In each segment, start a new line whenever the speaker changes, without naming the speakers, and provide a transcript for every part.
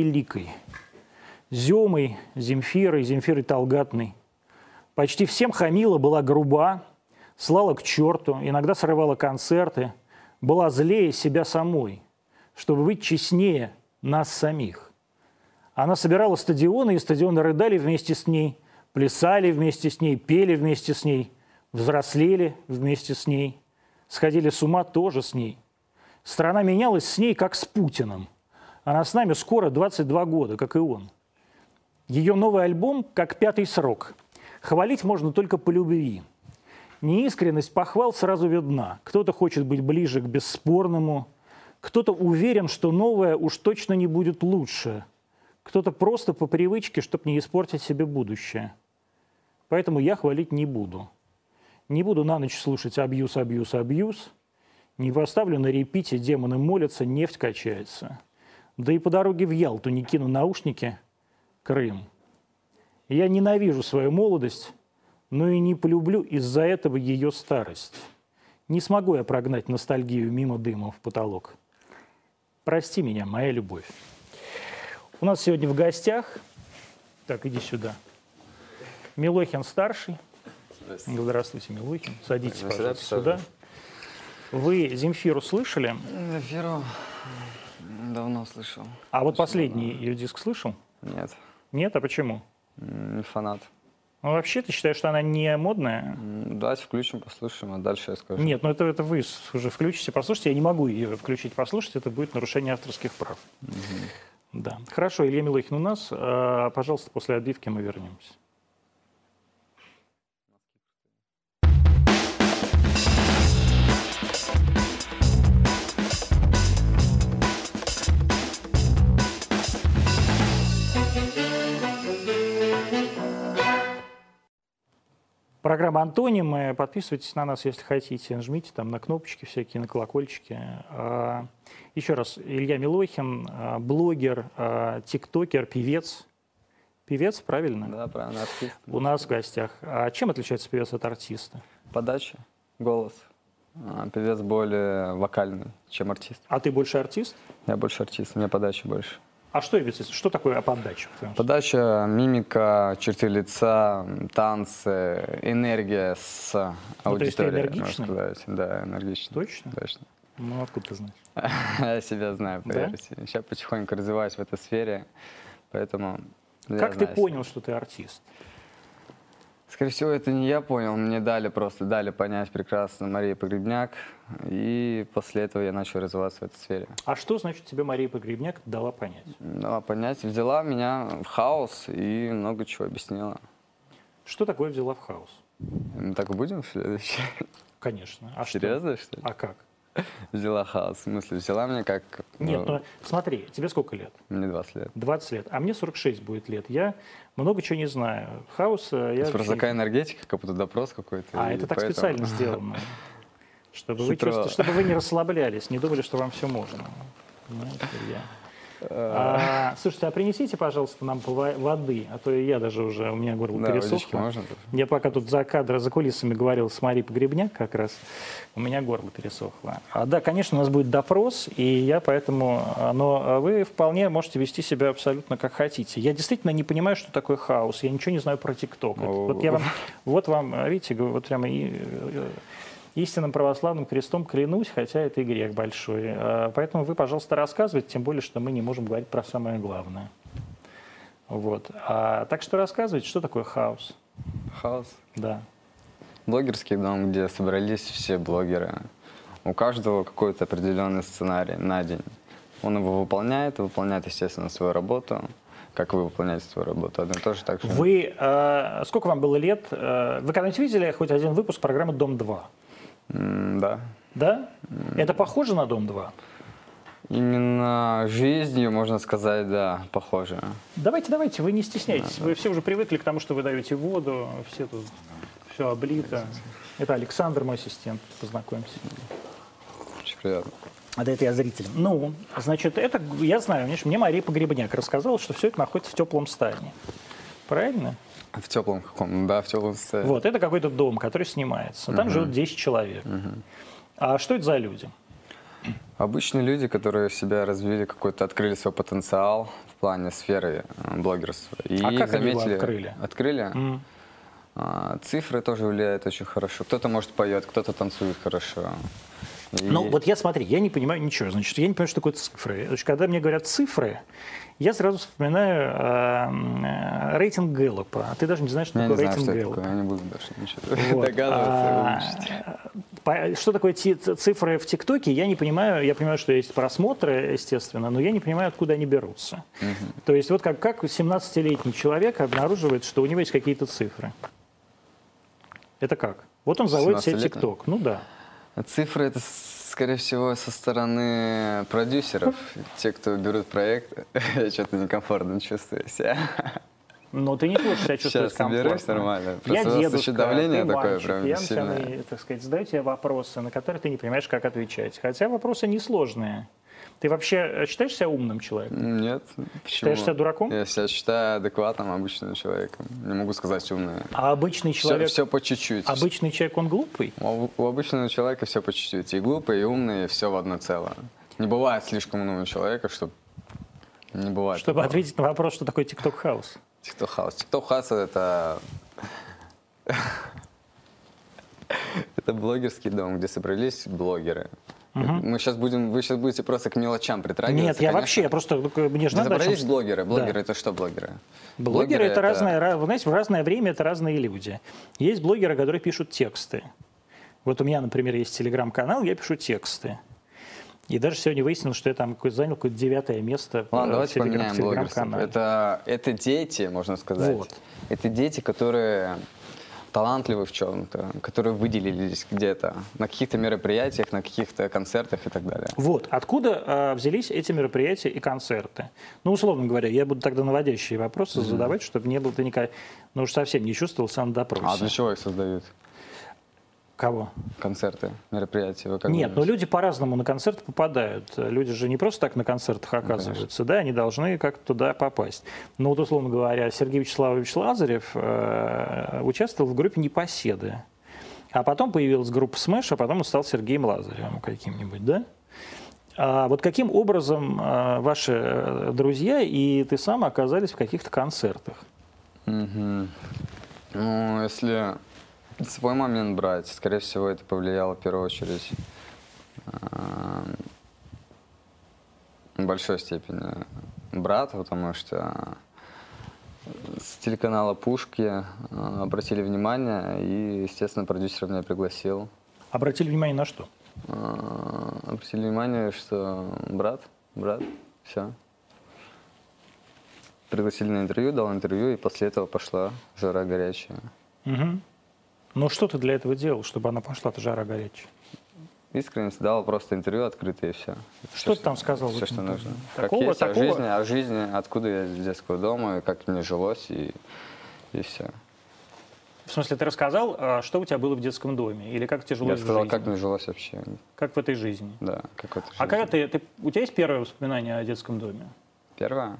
Великой, Земой, Земфирой, Земфирой Талгатной. Почти всем хамила, была груба, слала к черту, иногда срывала концерты, была злее себя самой, чтобы быть честнее нас самих. Она собирала стадионы, и стадионы рыдали вместе с ней, плясали вместе с ней, пели вместе с ней, взрослели вместе с ней, сходили с ума тоже с ней. Страна менялась с ней, как с Путиным. Она с нами скоро 22 года, как и он. Ее новый альбом как пятый срок. Хвалить можно только по любви. Неискренность похвал сразу видна. Кто-то хочет быть ближе к бесспорному, кто-то уверен, что новое уж точно не будет лучше, кто-то просто по привычке, чтобы не испортить себе будущее. Поэтому я хвалить не буду. Не буду на ночь слушать абьюз, абьюз, абьюз. Не поставлю на репите «Демоны молятся, нефть качается». Да и по дороге в Ялту не кину наушники «Крым». Я ненавижу свою молодость, но и не полюблю из-за этого ее старость. Не смогу я прогнать ностальгию мимо дыма в потолок. Прости меня, моя любовь. У нас сегодня в гостях, так, иди сюда, Милохин-старший. Здравствуйте. Милохин. Садитесь,
Так, мы сюда
пожалуйста,
посажу?
сюда. Вы Земфиру слышали,
Эфиру давно слышал.
а вот последний ее диск слышал?
Нет,
Нет, а почему?
м, не фанат.
Ну, вообще, ты считаешь, что она не модная?
М, Давайте включим, послушаем, а дальше я скажу.
Нет, ну это, это вы с- уже включите, послушайте. Я не могу ее включить, послушать. Это будет нарушение авторских прав. Да. Хорошо, Илья Милохин у нас. А, Пожалуйста, после отбивки мы вернемся. Программа «Антонимы». Подписывайтесь на нас, если хотите. Нажмите там на кнопочки всякие, на колокольчики. А, Еще раз, Илья Милохин, а, блогер, а, тиктокер, певец. Певец, правильно?
Да, правильно, артист.
У нас в гостях. А чем отличается певец от артиста?
Подача, голос. А, Певец более вокальный, чем артист.
А ты больше артист?
Я больше артист, у меня подача больше.
А что певец? Что такое подача? в твоем случае?
Подача, мимика, черты лица, м, танцы, энергия с
Ну, то есть ты
аудиторией. можно
энергичный?
сказать. Да, энергичный.
Точно?
Точно.
Ну, откуда ты знаешь?
Я себя знаю,
Да?
поверьте. Сейчас потихоньку развиваюсь в этой сфере, поэтому... я
как ты
знаю себя.
понял, что ты артист?
Скорее всего, это не я понял, мне дали просто, дали понять прекрасно Мария Погребняк, и после этого я начал развиваться в этой сфере.
А что, значит, тебе Мария Погребняк дала понять?
Дала понять, взяла меня в хаос и много чего объяснила.
Что такое взяла в хаос?
Мы так и будем в следующий?
Конечно. А что?
Серьезно, что ли?
А как?
Взяла хаос, в смысле, взяла меня как...
Нет,
ну,
ну смотри, тебе сколько лет?
Мне 20 лет.
20 лет, а мне 46 будет лет. Я много чего не знаю. Хауса я...
Это просто
вообще-
такая энергетика, как будто допрос какой-то.
А,
и
это так
поэтому-
специально сделано. Чтобы вы,
Хитро.
чувствовали- чтобы вы не расслаблялись, не думали, что вам все можно. Понимаете, Илья? А, слушайте, а принесите, пожалуйста, нам пова- воды, а то и я даже уже, у меня горло
Да, водички
пересохло.
можно?
Я пока тут за кадром, за кулисами говорил с Марией Погребняк как раз, у меня горло пересохло. А, да, конечно, у нас будет допрос, и я поэтому... а, Но вы вполне можете вести себя абсолютно как хотите. Я действительно не понимаю, что такое хаос. Я ничего не знаю про ТикТок. Это- Вот я вам... Вот вам, а, видите, говорю, вот прямо и, э, истинным православным крестом клянусь, хотя это и грех большой. А, Поэтому вы, пожалуйста, рассказывайте, тем более, что мы не можем говорить про самое главное. Вот. А, так что рассказывайте, что такое хаос.
Хаос.
Да.
Блогерский дом, где собрались все блогеры. У каждого какой-то определенный сценарий на день. Он его выполняет, выполняет, естественно, свою работу. Как вы выполняете свою работу? Одно и то же так же.
Вы, э, сколько вам было лет? э, вы когда-нибудь видели хоть один выпуск программы «Дом-2»?
М, да.
Да? Это похоже на «Дом-2»?
Именно жизнью, можно сказать, да, похоже.
Давайте, давайте, вы не стесняйтесь. Вы все уже привыкли к тому, что вы даете воду, все тут, все облито. Это Александр, мой ассистент, познакомимся.
Очень приятно.
А до этого я зритель. Ну, значит, это, г- я знаю, знаешь, мне Мария Погребняк рассказала, что все это находится в теплом стане. Правильно?
В теплом каком? Да, в теплом состоянии.
Вот, это какой-то дом, который снимается. Там живут 10 человек. А что это за люди?
А, Обычные люди, которые себя развили, какой-то открыли свой потенциал в плане сферы э, блогерства. И
А как они его
заметили,
открыли?
Открыли?
М.
А, Цифры тоже влияют очень хорошо. Кто-то, может, поет, кто-то танцует хорошо. И-
Ну, вот я, смотри, я не понимаю ничего. Значит, я не понимаю, что такое цифры. Значит, когда мне говорят цифры, я сразу вспоминаю э, м, э, рейтинг Гэллопа. А ты даже не знаешь, что
Ну, Я не
такое
знаю,
рейтинг Гэллопа.
что это такое, я не буду даже ничего
Вот.
догадываться.
А,
выучить.
по- Что такое ти- ц- цифры в ТикТоке, я не понимаю. Я понимаю, что есть просмотры, естественно, но я не понимаю, откуда они берутся. То есть вот как, как 17-летний человек обнаруживает, что у него есть какие-то цифры? Это как? Вот он заводит себе
17-летний?
ТикТок. Ну да.
Цифры это, с- скорее всего, со стороны продюсеров. Те, кто берут проект, я что-то некомфортно чувствую себя.
Но ты не можешь себя чувствовать
Сейчас соберусь
комфортно.
нормально.
Я
Просто у вас
дедушка,
еще давление
ты
такое
мальчик,
прям
я
сильное.
начинаю, так сказать, задаю тебе вопросы, на которые ты не понимаешь, как отвечать. Хотя вопросы несложные. Ты вообще э, считаешь себя умным человеком?
Нет, почему?
себя дураком?
Я себя считаю адекватным, обычным человеком. Не могу сказать умное.
А обычный
Все,
человек,
все по чуть-чуть.
обычный человек, он глупый?
У у обычного человека все по чуть-чуть. И глупый, и умный, и все в одно целое. Не бывает слишком умного человека, чтобы... Не бывает.
Чтобы ответить на вопрос, что такое TikTok хаус.
Тикток хаус. Тикток хаус это... Это блогерский дом, где собрались блогеры. Мы сейчас будем, вы сейчас будете просто к мелочам притрагиваться.
Нет, я
конечно.
вообще, я просто, ну, к- мне же
Где
надо... о чем-
собрались блогеры. Блогеры
Да.
это что блогеры?
Блогеры это разные, ра- вы знаете, в разное время это разные люди. Есть блогеры, которые пишут тексты. Вот у меня, например, есть телеграм-канал, я пишу тексты. И даже сегодня выяснилось, что я там какое- занял какое-то девятое место э, в
Ладно, давайте
телеграм-
поменяем
в
блогерство.
телеграм-канале.
Это, это дети, можно сказать.
Вот.
Это дети, которые талантливы в чем-то, которые выделились где-то, на каких-то мероприятиях, на каких-то концертах и так далее.
Вот, откуда э, взялись эти мероприятия и концерты? Ну, условно говоря, я буду тогда наводящие вопросы задавать, чтобы не было ты никак, ну уж совсем не чувствовал сам на допросе.
А для чего их создают?
Кого?
Концерты, мероприятия? Вы как
Нет, ну,
думаете?
но люди по-разному на концерты попадают. Люди же не просто так на концертах оказываются, да, они должны как-то туда попасть. Но вот, условно говоря, Сергей Вячеславович Лазарев э, участвовал в группе «Непоседы». А потом появилась группа «Смэш», а потом он стал Сергеем Лазаревым каким-нибудь, да? А вот каким образом э, ваши э, друзья и ты сам оказались в каких-то концертах?
Мгм. Ну, если свой момент брать, скорее всего, это повлияло в первую очередь эм, в большой степени брат, потому что с телеканала «Пушки» э, обратили внимание, и, естественно, продюсер меня пригласил.
Обратили внимание на что?
Э, Обратили внимание, что брат, брат, все. Пригласили на интервью, дал интервью, и после этого пошла жара горячая.
Мгм. Ну что ты для этого делал, чтобы она пошла-то жара горячая?
Искренне дал просто интервью открытое и все.
Что ты там сказал в
Все,
этом
что
интервью?
нужно.
Такого-
как есть,
такого-
о жизни, о жизни, откуда я из детского дома, и как мне жилось, и, и все.
В смысле, ты рассказал, а, что у тебя было в детском доме? Или как тяжело
Я сказал,
в жизни?
как мне жилось вообще.
Как в этой жизни?
Да, как в этой
А
жизни.
когда ты, ты... У тебя есть первое воспоминание о детском доме?
Первое?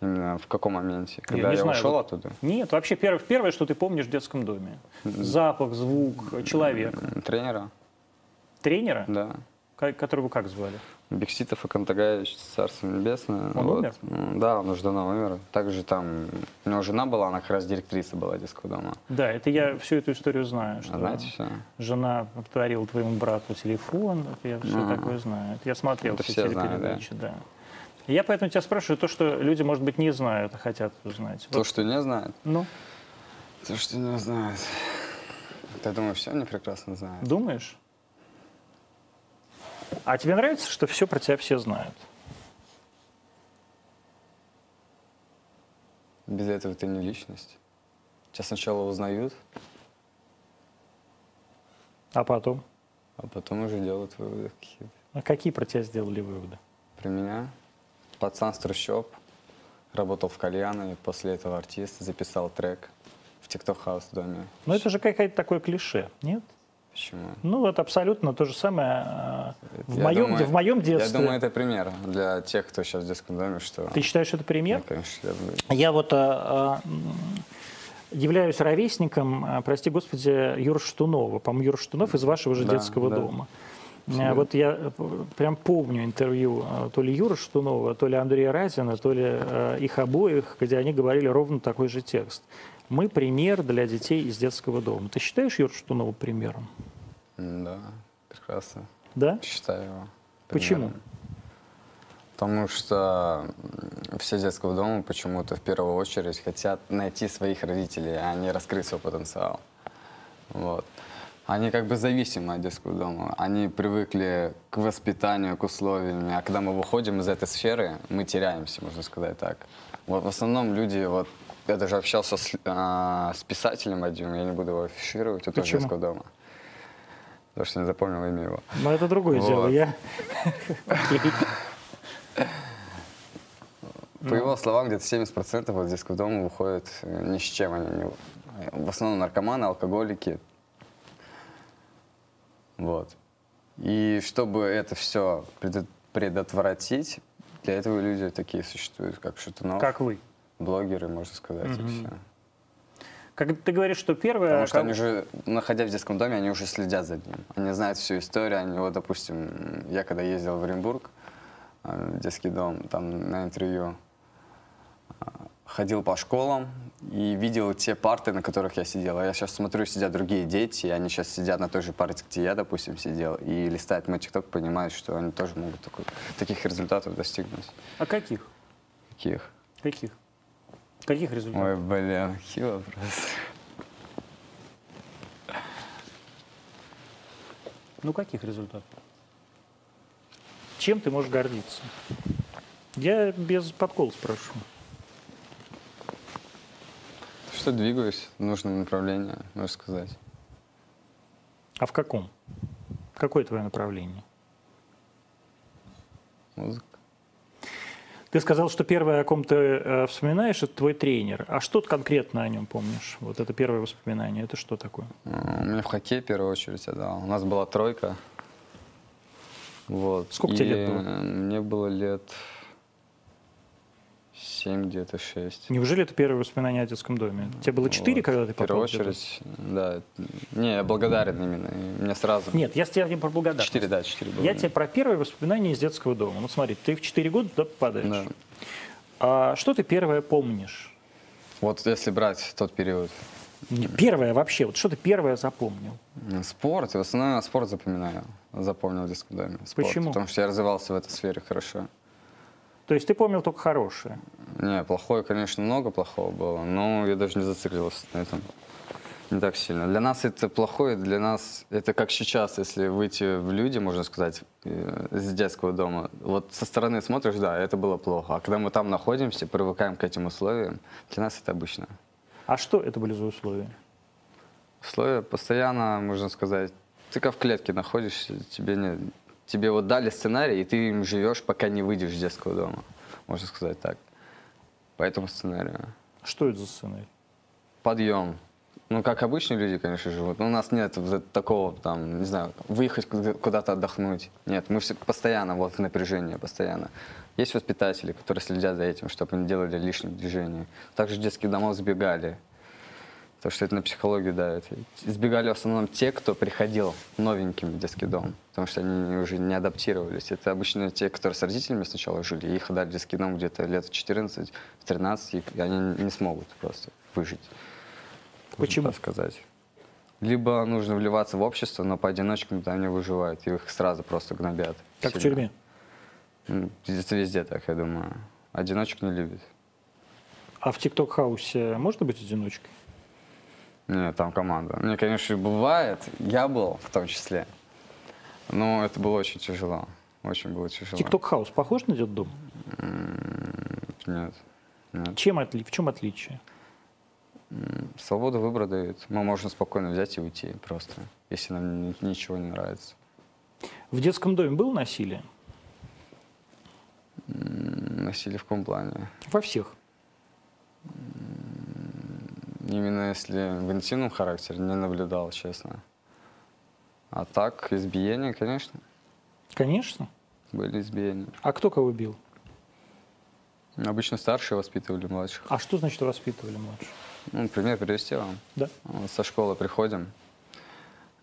Именно в каком моменте?
Я
Когда
не
я,
знаю,
ушел
вот-
оттуда?
Нет, вообще первое, первое, что ты помнишь в детском доме. Запах, звук, человек.
М, Тренера?
Тренера,
Да.
ко- которого как звали?
Бекситов и Кантагаевич, Царство Небесное.
Он
Вот.
умер?
М, Да, он уже давно умер. Также там у него жена была, она как раз директриса была детского дома.
Да, это я всю эту историю знаю. Что
А знаете все?
Жена подарила твоему брату телефон. Это я все
Ага.
такое знаю. Это я смотрел
Это
все
все знают,
телепередачи, да. Я поэтому тебя спрашиваю то, что люди, может быть, не знают, а хотят узнать.
То,
Вот,
что не знает,
Ну,
то, что не знает. Я думаю, все они прекрасно знают.
Думаешь? А тебе нравится, что все про тебя все знают?
Без этого ты не личность. Тебя сначала узнают,
А потом?
а потом уже делают выводы какие-то.
А какие про тебя сделали выводы?
Про меня. Пацан с трущоб. Работал в кальяной, после этого артист записал трек в TikTok House в доме.
Ну, это же какая-то такое клише, нет?
Почему?
Ну, вот абсолютно то же самое э, в
Я
моем,
думаю-
в моем детстве.
Я думаю, это пример для тех, кто сейчас в детском доме, что...
Ты считаешь, это пример?
Я, конечно, я бы-
Я вот э, э, м, являюсь а, ровесником, э, прости господи, Юры Штунова. По-моему, Юра Штунов из вашего же
Да,
детского
да.
дома. Э, Вот я э, п- прям помню интервью э, то ли Юры Штунова, то ли Андрея Разина, то ли э, их обоих, где они говорили ровно такой же текст. Мы пример для детей из детского дома. Ты считаешь Юру Штунова примером?
Да, прекрасно.
Да?
Считаю его.
Почему?
примером. Потому что м, все детского дома почему-то в первую очередь хотят найти своих родителей, а не раскрыть свой потенциал. Вот. Они как бы зависимы от детского дома. Они привыкли к воспитанию, к условиям. А когда мы выходим из этой сферы, мы теряемся, можно сказать так. Вот в основном люди, вот я даже общался с, а, с писателем одним, я не буду его афишировать, это тоже
Почему?
детского дома. Потому что не запомнил имя его.
Но Ну, это другое дело.
Вот.
Я... Окей.
По его словам, где-то 70% от детского дома выходит э, ни с чем. Они не- В основном наркоманы, алкоголики. Вот. И чтобы это все предотвратить, для этого люди такие существуют, как Шатунов,
Как вы?
блогеры, можно сказать, и все.
Как ты говоришь, что первое... а
Потому что они
кого-
же, находясь в детском доме, они уже следят за ним. Они знают всю историю. Они, вот, допустим, я когда ездил в Оренбург, э, в детский дом, там на интервью, э, ходил по школам и видел те парты, на которых я сидел. А я сейчас смотрю, сидят другие дети, и они сейчас сидят на той же парте, где я, допустим, сидел, и листают мой тикток, понимают, что они тоже могут такой- таких результатов достигнуть.
А каких?
Каких?
Каких? Каких результатов?
Ой, блин, какие вопросы.
Ну, каких результатов? Чем ты можешь гордиться? Я без подкола спрашиваю.
Что двигаюсь в нужном направлении, можно сказать.
А в каком? Какое твое направление?
Музыка.
Ты сказал, что первое, о ком ты э, вспоминаешь, это твой тренер. А что ты конкретно о нем помнишь? Вот это первое воспоминание. Это что такое?
А, Мне в хоккей в первую очередь отдал. У нас была тройка. Вот.
Сколько
И,
тебе лет было?
э, Мне было лет семь где-то, шесть.
Неужели это первое воспоминание о детском доме? Тебе было четыре,
Вот.
когда ты
В первую
попал? туда?
очередь, да. Не, я благодарен именно. И Мне сразу...
Нет, я с тебя не про благодарность.
Четыре, да, четыре было.
Я тебе про первое воспоминание из детского дома. Вот смотри, ты в четыре года туда попадаешь.
Да.
А что ты первое помнишь?
Вот если брать тот период.
Не, Первое вообще, вот что ты первое запомнил?
Ну, Спорт. В основном я спорт запоминаю. Запомнил в детском доме. Спорт,
Почему?
Потому что я развивался в этой сфере хорошо.
То есть ты помнил только хорошее.
Не, плохое, конечно, много плохого было, но я даже не зациклился на этом. Не так сильно. Для нас это плохое, для нас это как сейчас, если выйти в люди, можно сказать, э, из детского дома. Вот со стороны смотришь, да, это было плохо. А когда мы там находимся, привыкаем к этим условиям, для нас это обычно.
А что это были за условия?
Условия постоянно, можно сказать, ты как в клетке находишься, тебе, не, тебе вот дали сценарий, и ты им живешь, пока не выйдешь из детского дома. Можно сказать так. По этому сценарию.
Что это за сценарий?
подъем. Ну, как обычные люди, конечно, живут. Но у нас нет вот это- такого, там, не знаю, выехать куда- куда-то отдохнуть. Нет, мы все постоянно вот в напряжении, постоянно. Есть воспитатели, которые следят за этим, чтобы не делали лишних движений. Также детские дома сбегали. Потому что это на психологию давит. Сбегали в основном те, кто приходил новеньким в детский дом, потому что они уже не адаптировались. Это обычно те, которые с родителями сначала жили, их отдали в детский дом где-то лет в 14, в 13, и они не смогут просто выжить. можно
Почему?
так сказать. Либо нужно вливаться в общество, но поодиночке там не выживают, и их сразу просто гнобят.
Как в
Сильно.
тюрьме.
Ну, Это везде так, я думаю. Одиночек не любит.
А в ТикТок-хаусе можно быть одиночкой?
Нет, там команда. Мне, конечно, и бывает. Я был в том числе. Но это было очень тяжело. Очень было тяжело.
ТикТок-хаус похож на детдом?
Нет. Нет.
Чем отли... В чем отличие?
Свободу выбора дают. Мы можем спокойно взять и уйти просто, если нам ни- ничего не нравится.
В детском доме было насилие?
М, Насилие в каком плане?
Во всех.
Именно если в интимном характере не наблюдал, честно. А так, избиения, конечно,
Конечно.
были избиения.
А кто кого бил?
Обычно старшие воспитывали младших.
А что значит воспитывали младших?
Ну, пример привести вам.
Да.
Вот Со школы приходим,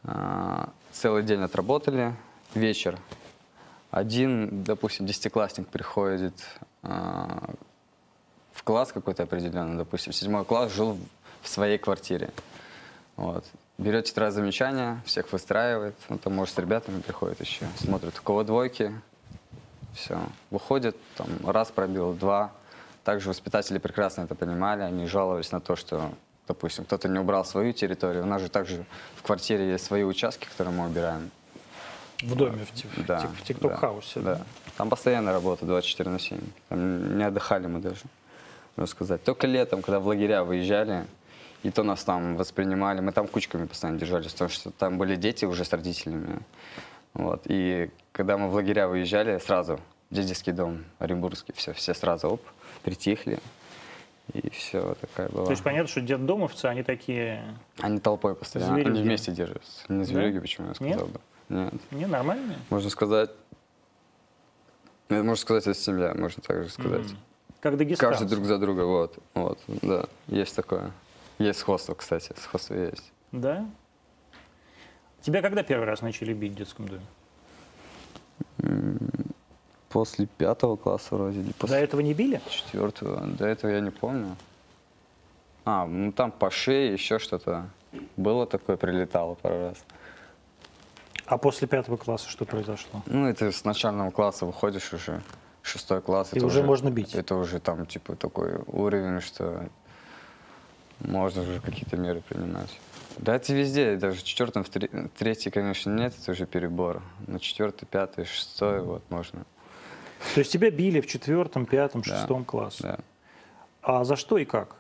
а, целый день отработали, вечер. Один, допустим, десятиклассник приходит а, в класс какой-то определенный, допустим, седьмой класс, жил в своей квартире. Вот. Берет тетрадь замечания, всех выстраивает, он там, может, с ребятами приходит еще, смотрит, у кого двойки, все. Выходит, там, раз пробил, два. Также воспитатели прекрасно это понимали, они жаловались на то, что, допустим, кто-то не убрал свою территорию, у нас же также в квартире есть свои участки, которые мы убираем.
В доме, в, ти- в
Да,
ти- в тикток-хаусе.
Да. Там постоянно работа 24 на 7. Там не отдыхали мы даже, можно сказать. Только летом, когда в лагеря выезжали, и то нас там воспринимали. Мы там кучками постоянно держались, потому что там были дети уже с родителями. Вот. И когда мы в лагеря выезжали, сразу дедовский дом Оренбургский, все, все сразу оп, притихли. И все, такая была.
То есть понятно, что детдомовцы, они такие...
Они толпой постоянно,
Зверюги.
они вместе держатся. Не зверюги, почему я сказал бы. Нет.
Не, нормальные.
Можно сказать, ну, это можно сказать, это семья, можно так же сказать.
Как дагестанцы.
Каждый друг за друга, вот, вот, да, есть такое. Есть сходство, кстати, сходство есть.
Да? Тебя когда первый раз начали бить в детском доме?
После пятого класса вроде, или
До
после
этого не били?
четвертого, до этого я не помню. А, ну там по шее еще что-то было такое, прилетало пару раз.
А после пятого класса что произошло?
Ну, и ты с начального класса выходишь уже, шестой класс.
И уже можно бить.
Это уже там, типа, такой уровень, что можно уже какие-то меры принимать. Да это везде, даже в четвертом, в тре- третий, конечно, нет, это уже перебор. На четвертый, пятый, шестой, вот, можно.
То есть тебя били в четвертом, пятом,
Да.
шестом классе.
Да.
А за что и как?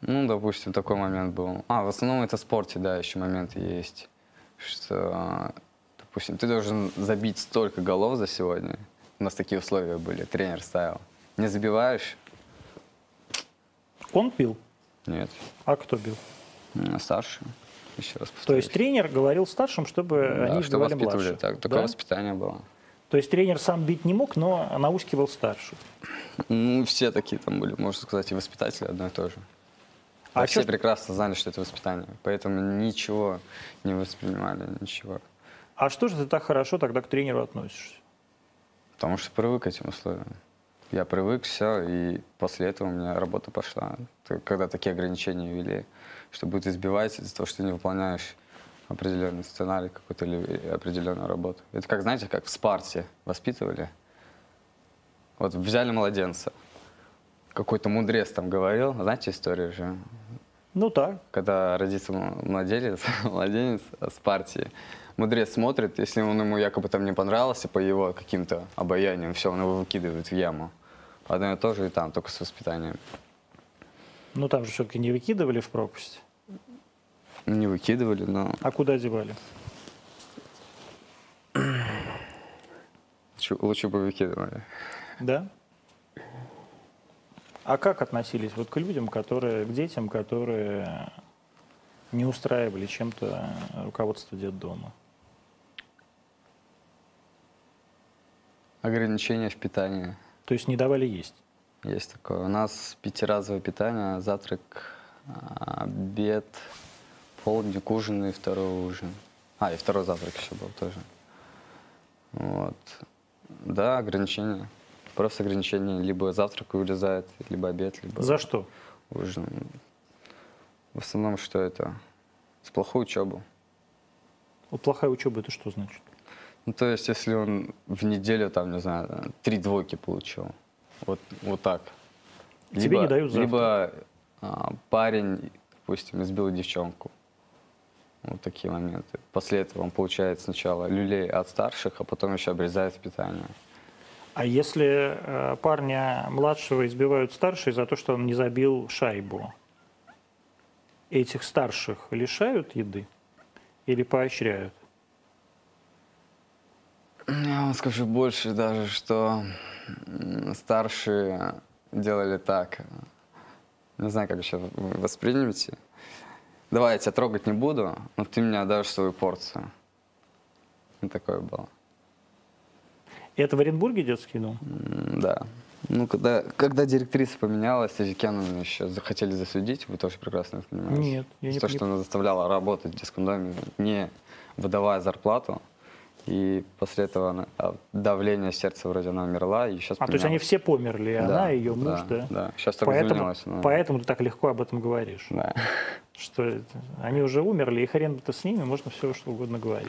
Ну, допустим, такой момент был. А, в основном это в спорте, да, еще моменты есть. Что, допустим, ты должен забить столько голов за сегодня. У нас такие условия были, тренер ставил. Не забиваешь?
Он бил,
Нет.
а кто бил?
М, Старше. Еще раз
То
повторюсь.
есть тренер говорил старшим, чтобы
Да,
Э, они
что
сбивали
воспитывали,
младше.
так, такое
Да?
воспитание было.
То есть тренер сам бить не мог, но наускивал старших.
Ну, все такие там были, можно сказать, и воспитатели одно и то же.
А
А все
чё ж-
прекрасно знали, что это воспитание, поэтому ничего не воспринимали, ничего.
А что же ты так хорошо тогда к тренеру относишься?
Потому что привык к этим условиям. Я привык, все, и после этого у меня работа пошла. Т- Когда такие ограничения ввели, что будет избивать из-за того, что ты не выполняешь определенный сценарий какой-то или определенную работу. Это как, знаете, как в Спарте воспитывали. Вот взяли младенца. Какой-то мудрец там говорил, знаете историю же,
Ну так.
когда родится м- младенец, младенец с партии, мудрец смотрит, если он ему якобы там не понравился по его каким-то обаяниям, все, он его выкидывает в яму. Одно и то же и там, только с воспитанием.
Ну там же все-таки не выкидывали в пропасть.
Ну, Не выкидывали, но...
А куда девали?
Чё, Лучше бы выкидывали.
Да? А как относились вот к людям, которые, к детям, которые не устраивали чем-то руководство детдома?
Ограничения в питании.
То есть не давали есть?
Есть такое. У нас пятиразовое питание, завтрак, а, обед, полдник, ужин и второй ужин. А, и второй завтрак еще был тоже. Вот. Да, ограничения. Просто ограничения. Либо завтрак вылезает, либо обед, либо
За что?
ужин. В основном, что это? С плохой учебу.
Вот плохая учеба это что значит?
Ну, то есть, если он в неделю, там, не знаю, три двойки получил, вот, вот так.
Тебе не дают завтрак.
Либо а, парень, допустим, избил девчонку. Вот такие моменты. После этого он получает сначала люлей от старших, а потом еще обрезает питание.
А если э, парня младшего избивают старшие за то, что он не забил шайбу, этих старших лишают еды или поощряют?
Я вам скажу А, больше даже, что м, старшие делали так. Не знаю, как еще вы воспримете. Давай, я тебя трогать не буду, но ты мне отдашь свою порцию. Ну, Такое было.
Это в Оренбурге детский дом?
М, Да. Ну, когда, когда директриса поменялась, Азикяну еще захотели засудить, вы тоже прекрасно это понимаете.
Нет, я не
За то,
пони-
что она заставляла работать в детском доме, не выдавая зарплату, И после этого она- а, давление сердца вроде она умерла, и сейчас
А, то есть они все померли, и она, и ее муж, да?
да. Ну, Сейчас только
Поэтому,
извинилась она.
поэтому ты так легко об этом говоришь.
Да.
Что это? они уже умерли, и хрен бы ты с ними, можно все что угодно говорить.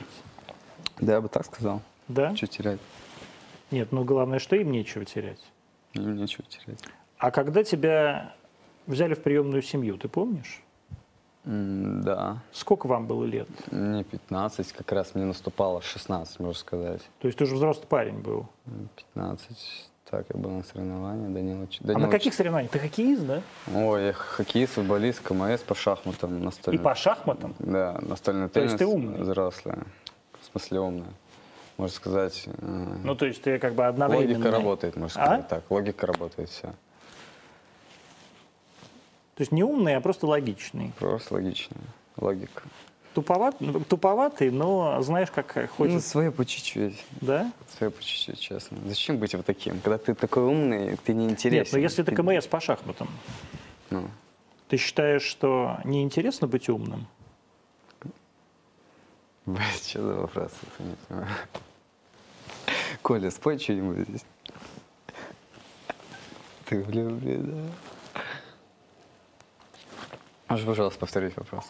Да, я бы так сказал.
Да?
Чего терять?
Нет, ну главное, что им нечего терять.
Им нечего терять.
А когда тебя взяли в приемную семью, ты помнишь?
М, Да.
Сколько вам было лет?
Мне 15, как раз мне наступало 16, можно сказать.
То есть ты уже взрослый парень был.
М, 15. Так, я был на соревнованиях. Данила, Ч-
А
Данила
на
Ч-
каких соревнованиях? Ты хоккеист, да?
Ой, я хоккеист, футболист, КМС по шахматам,
И
настольный.
по шахматам?
Да, настольный
То
теннис.
есть ты умный?
Взрослая. В смысле умная. Можно сказать, э,
Ну, то есть ты как бы одновременно...
логика работает, можно
А?
сказать так. Логика работает все.
То есть не умный, а просто логичный.
Просто логично. Логика.
Туповат, ну, туповатый, но знаешь, как
Ну,
хочется,
свое по чуть-чуть.
да?
Свое по чуть-чуть, честно. Зачем быть вот таким? Когда ты такой умный, ты неинтересен.
Нет, но если ты КМС по шахматам,
Ну,
ты считаешь, что неинтересно быть умным?
блядь, что за вопрос? Я не понимаю. Коля, спой что-нибудь здесь. Ты, блин, блин, да. Можешь, пожалуйста, повторить вопрос?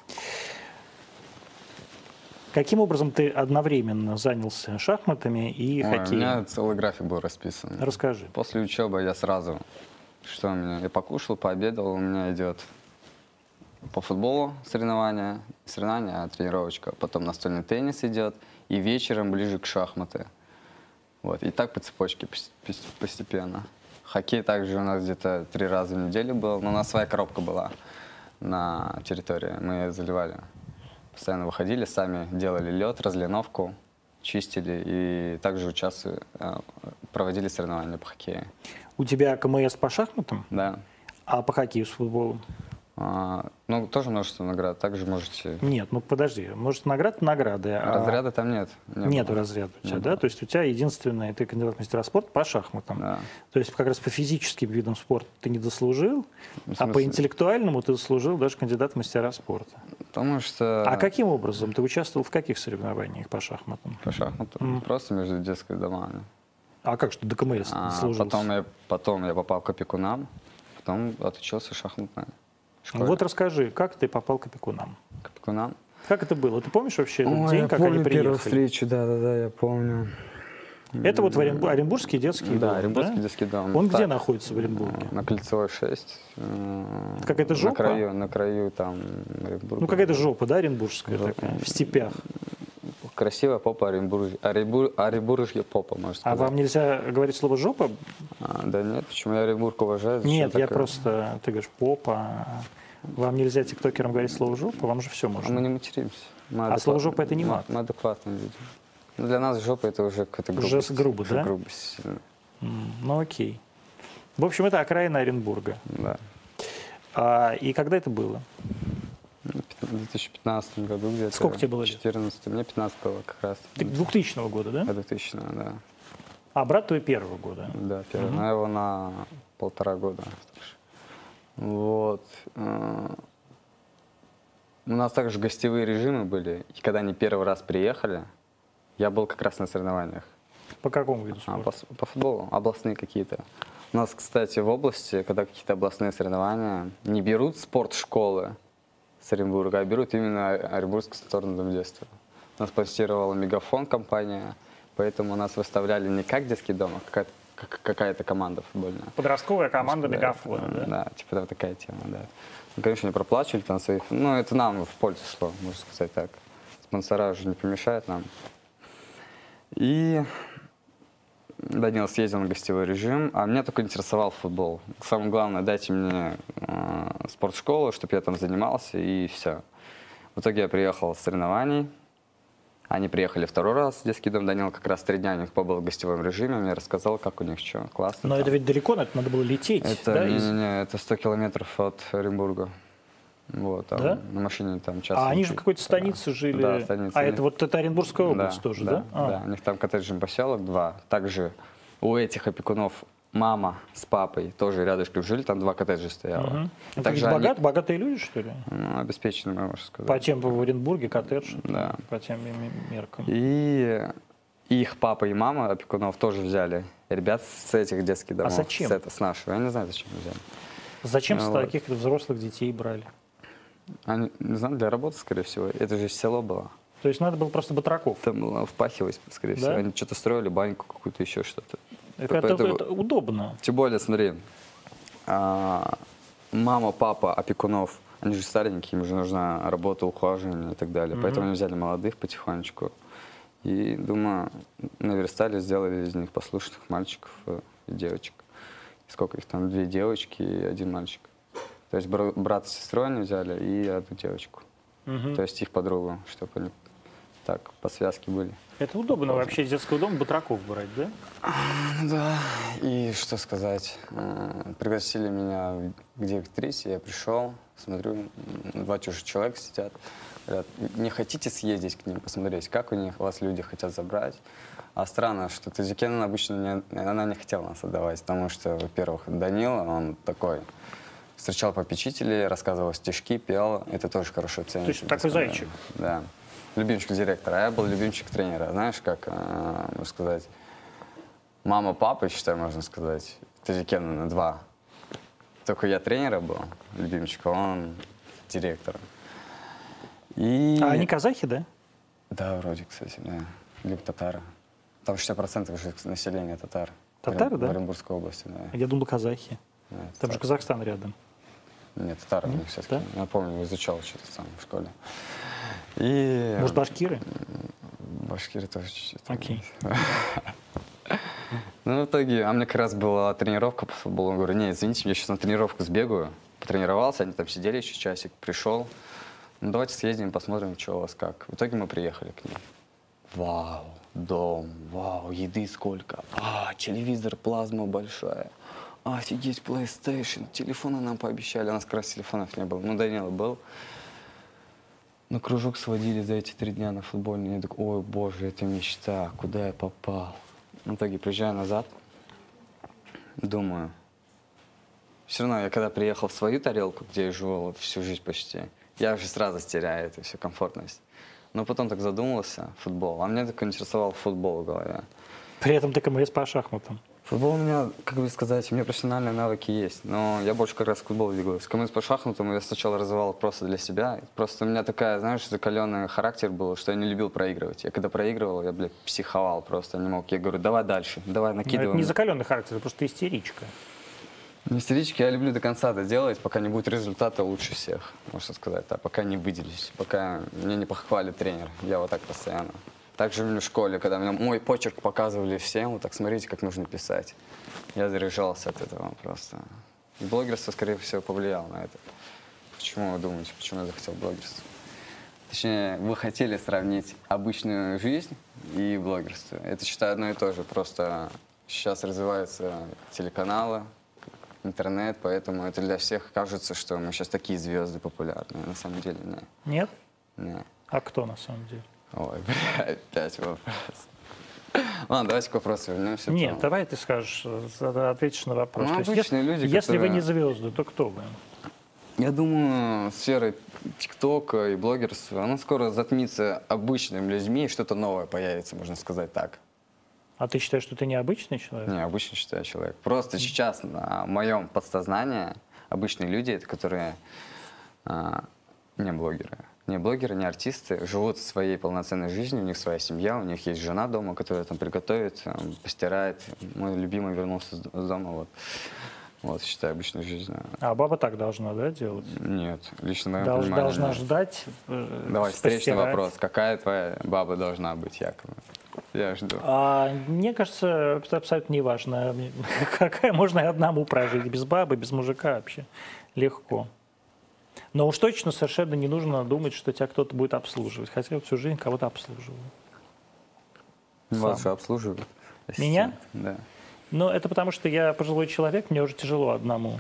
Каким образом ты одновременно занялся шахматами и
Ой, У меня
хоккеем?
целый график был расписан.
Расскажи.
После учебы я сразу, что у меня, я покушал, пообедал, у меня идет по футболу соревнования, соревнования, а тренировочка, потом настольный теннис идет, и вечером ближе к шахматы. Вот, и так по цепочке пос- пос- постепенно. Хоккей также у нас где-то три раза в неделю был, но у нас своя коробка была на территории, мы ее заливали. Постоянно выходили, сами делали лед, разлиновку, чистили и также участвовали, э, проводили соревнования по хоккею.
У тебя КМС по шахматам,
Да.
а по хоккею с футболом?
А, ну, тоже множество наград, также можете...
Нет, ну подожди, может наград награды, а
Разряда там нет. не
нет
было.
разряда у тебя,
Не
да?
было.
То есть у тебя единственное, ты кандидат в мастера спорта по шахматам.
Да.
То есть как раз по физическим видам спорта ты не дослужил, а
В
по
смысле?
интеллектуальному ты заслужил даже кандидат в мастера спорта.
Потому что...
А каким образом ты участвовал в каких соревнованиях по шахматам?
По шахматам.
Мгм.
Просто между детскими домами.
А как что до КМС
А,
служил?
потом, я, потом я попал к опекунам, потом отучился в шахматной школе.
Вот расскажи, как ты попал к опекунам?
К опекунам.
Как это было? Ты помнишь вообще этот
Ой,
день,
я
как
помню
они
первую
приехали?
встречу, да-да-да, я помню.
Это вот в Оренбу- Оренбургский детский дом,
Да, Оренбургский детский дом.
Он где
Так,
находится в Оренбурге? Ну,
э, На Кольцевой 6. э,
Это какая-то жопа?
На краю, на краю там Оренбурга.
Ну, какая-то жопа, да, оренбургская
Да.
такая, в степях.
Красивая попа Оренбург... Оренбур... Оренбуржья попа, можно
А
сказать.
вам нельзя говорить слово «жопа»?
А, да нет, почему я Оренбург уважаю? зачем
Нет, я
такое?
просто... Ты говоришь «попа». Вам нельзя тиктокерам говорить слово «жопа», вам же все
А мы
можно.
не материмся. Мы
А слово
адекват-
«жопа» это не
мы-
мат.
Мы адекватные люди. Ну, Для нас жопа это уже какая-то
Уже
грубость.
с- грубо,
Уже
да?
грубость, э,
М, Ну, окей. В общем, это окраина Оренбурга.
да.
А, и когда это было?
Ну, пят- В 2015 году где-то.
Сколько тебе было лет?
14. Мне 15 было как раз.
Ты 2000 года, да?
А 2000, да.
А брат твой первого года.
Да, первый. Но я его на полтора года старше. Вот. э, У нас также гостевые режимы были. И когда они первый раз приехали, я был как раз на соревнованиях.
По какому виду
А,
спорта?
по, с- по футболу? Областные какие-то. У нас, кстати, в области, когда какие-то областные соревнования, не берут спорт школы с Оренбурга, а берут именно О- Оренбургскую сторону дом детства. Нас спонсировала Мегафон компания, поэтому нас выставляли не как детский дом, а какая-то, как- какая-то команда футбольная.
Подростковая команда
Да,
Мегафона,
э,
да?
типа да, такая тема, да. Ну, конечно, не проплачивали там своих. Ну, это нам в пользу шло, можно сказать так. Спонсора же не помешает нам. И Данил съездил на гостевой режим, а меня только интересовал футбол. Самое главное, дайте мне э, спортшколу, чтобы я там занимался, и все. В итоге я приехал с соревнований. Они приехали второй раз в детский дом. Данил как раз три дня у них побыл в гостевом режиме, мне рассказал, как у них что. Классно.
Но
там.
это ведь далеко, на это надо было лететь,
Это,
да?
не,
из-
не, не, это 100 километров от Оренбурга. Вот, там,
Да?
на машине там час.
А они же в
летит.
какой-то
Да.
станице жили.
Да, станица.
А это вот это Оренбургская область тоже, да? А.
да. У них там коттеджный поселок, два. Также у этих опекунов мама с папой тоже рядышком жили, там два коттеджа стояло.
Мгм. Это
Также
ведь
они-
богат- богатые люди, что ли?
Ну, обеспеченные, можно сказать.
По тем в Оренбурге коттедж,
Да.
по тем ме- меркам.
И И их папа и мама опекунов тоже взяли ребят с этих детских домов.
А зачем?
С, это, с нашего. Я не знаю, зачем взяли.
Зачем с
Ну, вот.
таких взрослых детей брали?
Они, не знаю, для работы, скорее всего. Это же село было.
То есть надо было просто батраков.
Там было впахивать, скорее
Да?
всего. Они что-то строили, баньку какую-то, еще что-то.
Это, это-
Поэтому-
это удобно.
Тем более, смотри, а, мама, папа, опекунов, они же старенькие, им же нужна работа, ухаживание и так далее. Поэтому они взяли молодых потихонечку. И, думаю, наверстали, сделали из них послушных мальчиков э, и девочек. Сколько их там? Две девочки и один мальчик. То есть бра- брат с сестрой они взяли и одну девочку.
Мгм.
То есть их подругу, чтобы они так по связке были.
Это удобно вообще из детского дома батраков брать, да?
Да, и что сказать. Э, Пригласили меня в- к директрисе, я пришел, смотрю, м, два чужих человека сидят. Говорят, не хотите съездить к ним, посмотреть, как у них вас люди хотят забрать? А странно, что Тазикена обычно не, она не хотела нас отдавать, потому что, во-первых, Данила, он такой, встречал попечителей, рассказывал стишки, пел, это тоже хорошо ценится.
есть такой
несмотря-
зайчик.
Да. Любимчик директора, а я был любимчик тренера, знаешь, как, э, можно сказать, мама, папа, считай, можно сказать, Тазикена на два. Только я тренера был, любимчик, а он директор. И...
А они казахи, да?
Да, вроде, кстати, да. Либо татары. Там 60% же населения татар.
Татары,
В
да?
Оренбургской области, да.
Я думал, казахи.
Да,
Там же
татар.
Казахстан рядом.
Нет, татары у них все-таки.
да?
Я помню, изучал что-то там в школе. И...
Может, башкиры?
Башкиры тоже чуть-чуть.
Окей.
Ну, в итоге, а мне как раз была тренировка по футболу. Я говорю, не, извините, я сейчас на тренировку сбегаю. Потренировался, они там сидели еще часик, пришел. Ну, давайте съездим, посмотрим, что у вас как. В итоге мы приехали к ним. Вау, дом, вау, еды сколько. А, телевизор, плазма большая. Офигеть, PlayStation, телефоны нам пообещали. У нас как раз телефонов не было. Ну, Данила был. Ну, кружок сводили за эти три дня на футбольный. Я такой, ой, боже, это мечта, куда я попал. В итоге приезжаю назад, думаю. Все равно я когда приехал в свою тарелку, где я жил вот всю жизнь почти, я же сразу теряю эту всю комфортность. Но потом так задумался, футбол. А меня так интересовал футбол в голове.
При этом ты КМС по шахматам.
Футбол у меня, как бы сказать, у меня профессиональные навыки есть, но я больше как раз к футболу двигаюсь. Коммуниз по шахматам я сначала развивал просто для себя. Просто у меня такая, знаешь, закаленный характер был, что я не любил проигрывать. Я когда проигрывал, я, блядь, психовал просто, не мог. Я говорю, давай дальше, давай
Но Это
накидывай.
не
мне».
закаленный характер, это просто истеричка.
Не истерички, я люблю до конца это делать, пока не будет результата лучше всех, можно сказать, да, пока не выделюсь, пока меня не похвалит тренер. Я вот так постоянно. Также мне в школе, когда мне мой почерк показывали всем, вот так смотрите, как нужно писать. Я заряжался от этого просто. И блогерство, скорее всего, повлияло на это. Почему вы думаете, почему я захотел блогерство? Точнее, вы хотели сравнить обычную жизнь и блогерство. Это, считаю, одно и то же. Просто сейчас развиваются телеканалы, интернет, поэтому это для всех кажется, что мы сейчас такие звезды популярные. На самом деле, нет.
Нет?
Не.
А кто на самом деле?
Ой, бля, опять вопрос. Ладно, давайте к вопросу вернемся.
Нет,
потом.
давай ты скажешь, зада- ответишь на вопрос.
Ну,
То есть,
обычные
если,
люди,
если вы
которые-
не звезды, то кто вы?
Я думаю, сфера ТикТока и блогерства, она скоро затмится обычными людьми, и что-то новое появится, можно сказать так.
А ты считаешь, что ты необычный человек?
Не, обычно считаю человек. Просто сейчас на моем подсознании обычные люди, это которые а, не блогеры. Не блогеры, не артисты, живут своей полноценной жизнью, у них своя семья, у них есть жена дома, которая там приготовит, м, постирает. Мой любимый вернулся с д- с дома, вот. Вот, считаю, обычную жизнь.
А баба так должна, да, делать?
Нет, лично моё
Долж-
понимание,
должна
нет.
ждать. э,
Давай, встречный
постирать.
вопрос. Какая твоя баба должна быть, якобы? Я жду.
А, мне кажется, это абсолютно не важно. Какая можно и одному прожить, без бабы, без мужика вообще. Легко. Но уж точно совершенно не нужно думать, что тебя кто-то будет обслуживать. Хотя я всю жизнь кого-то обслуживал.
Вас же обслуживают.
Меня?
Да. А
Но это потому, что я пожилой человек, мне уже тяжело одному.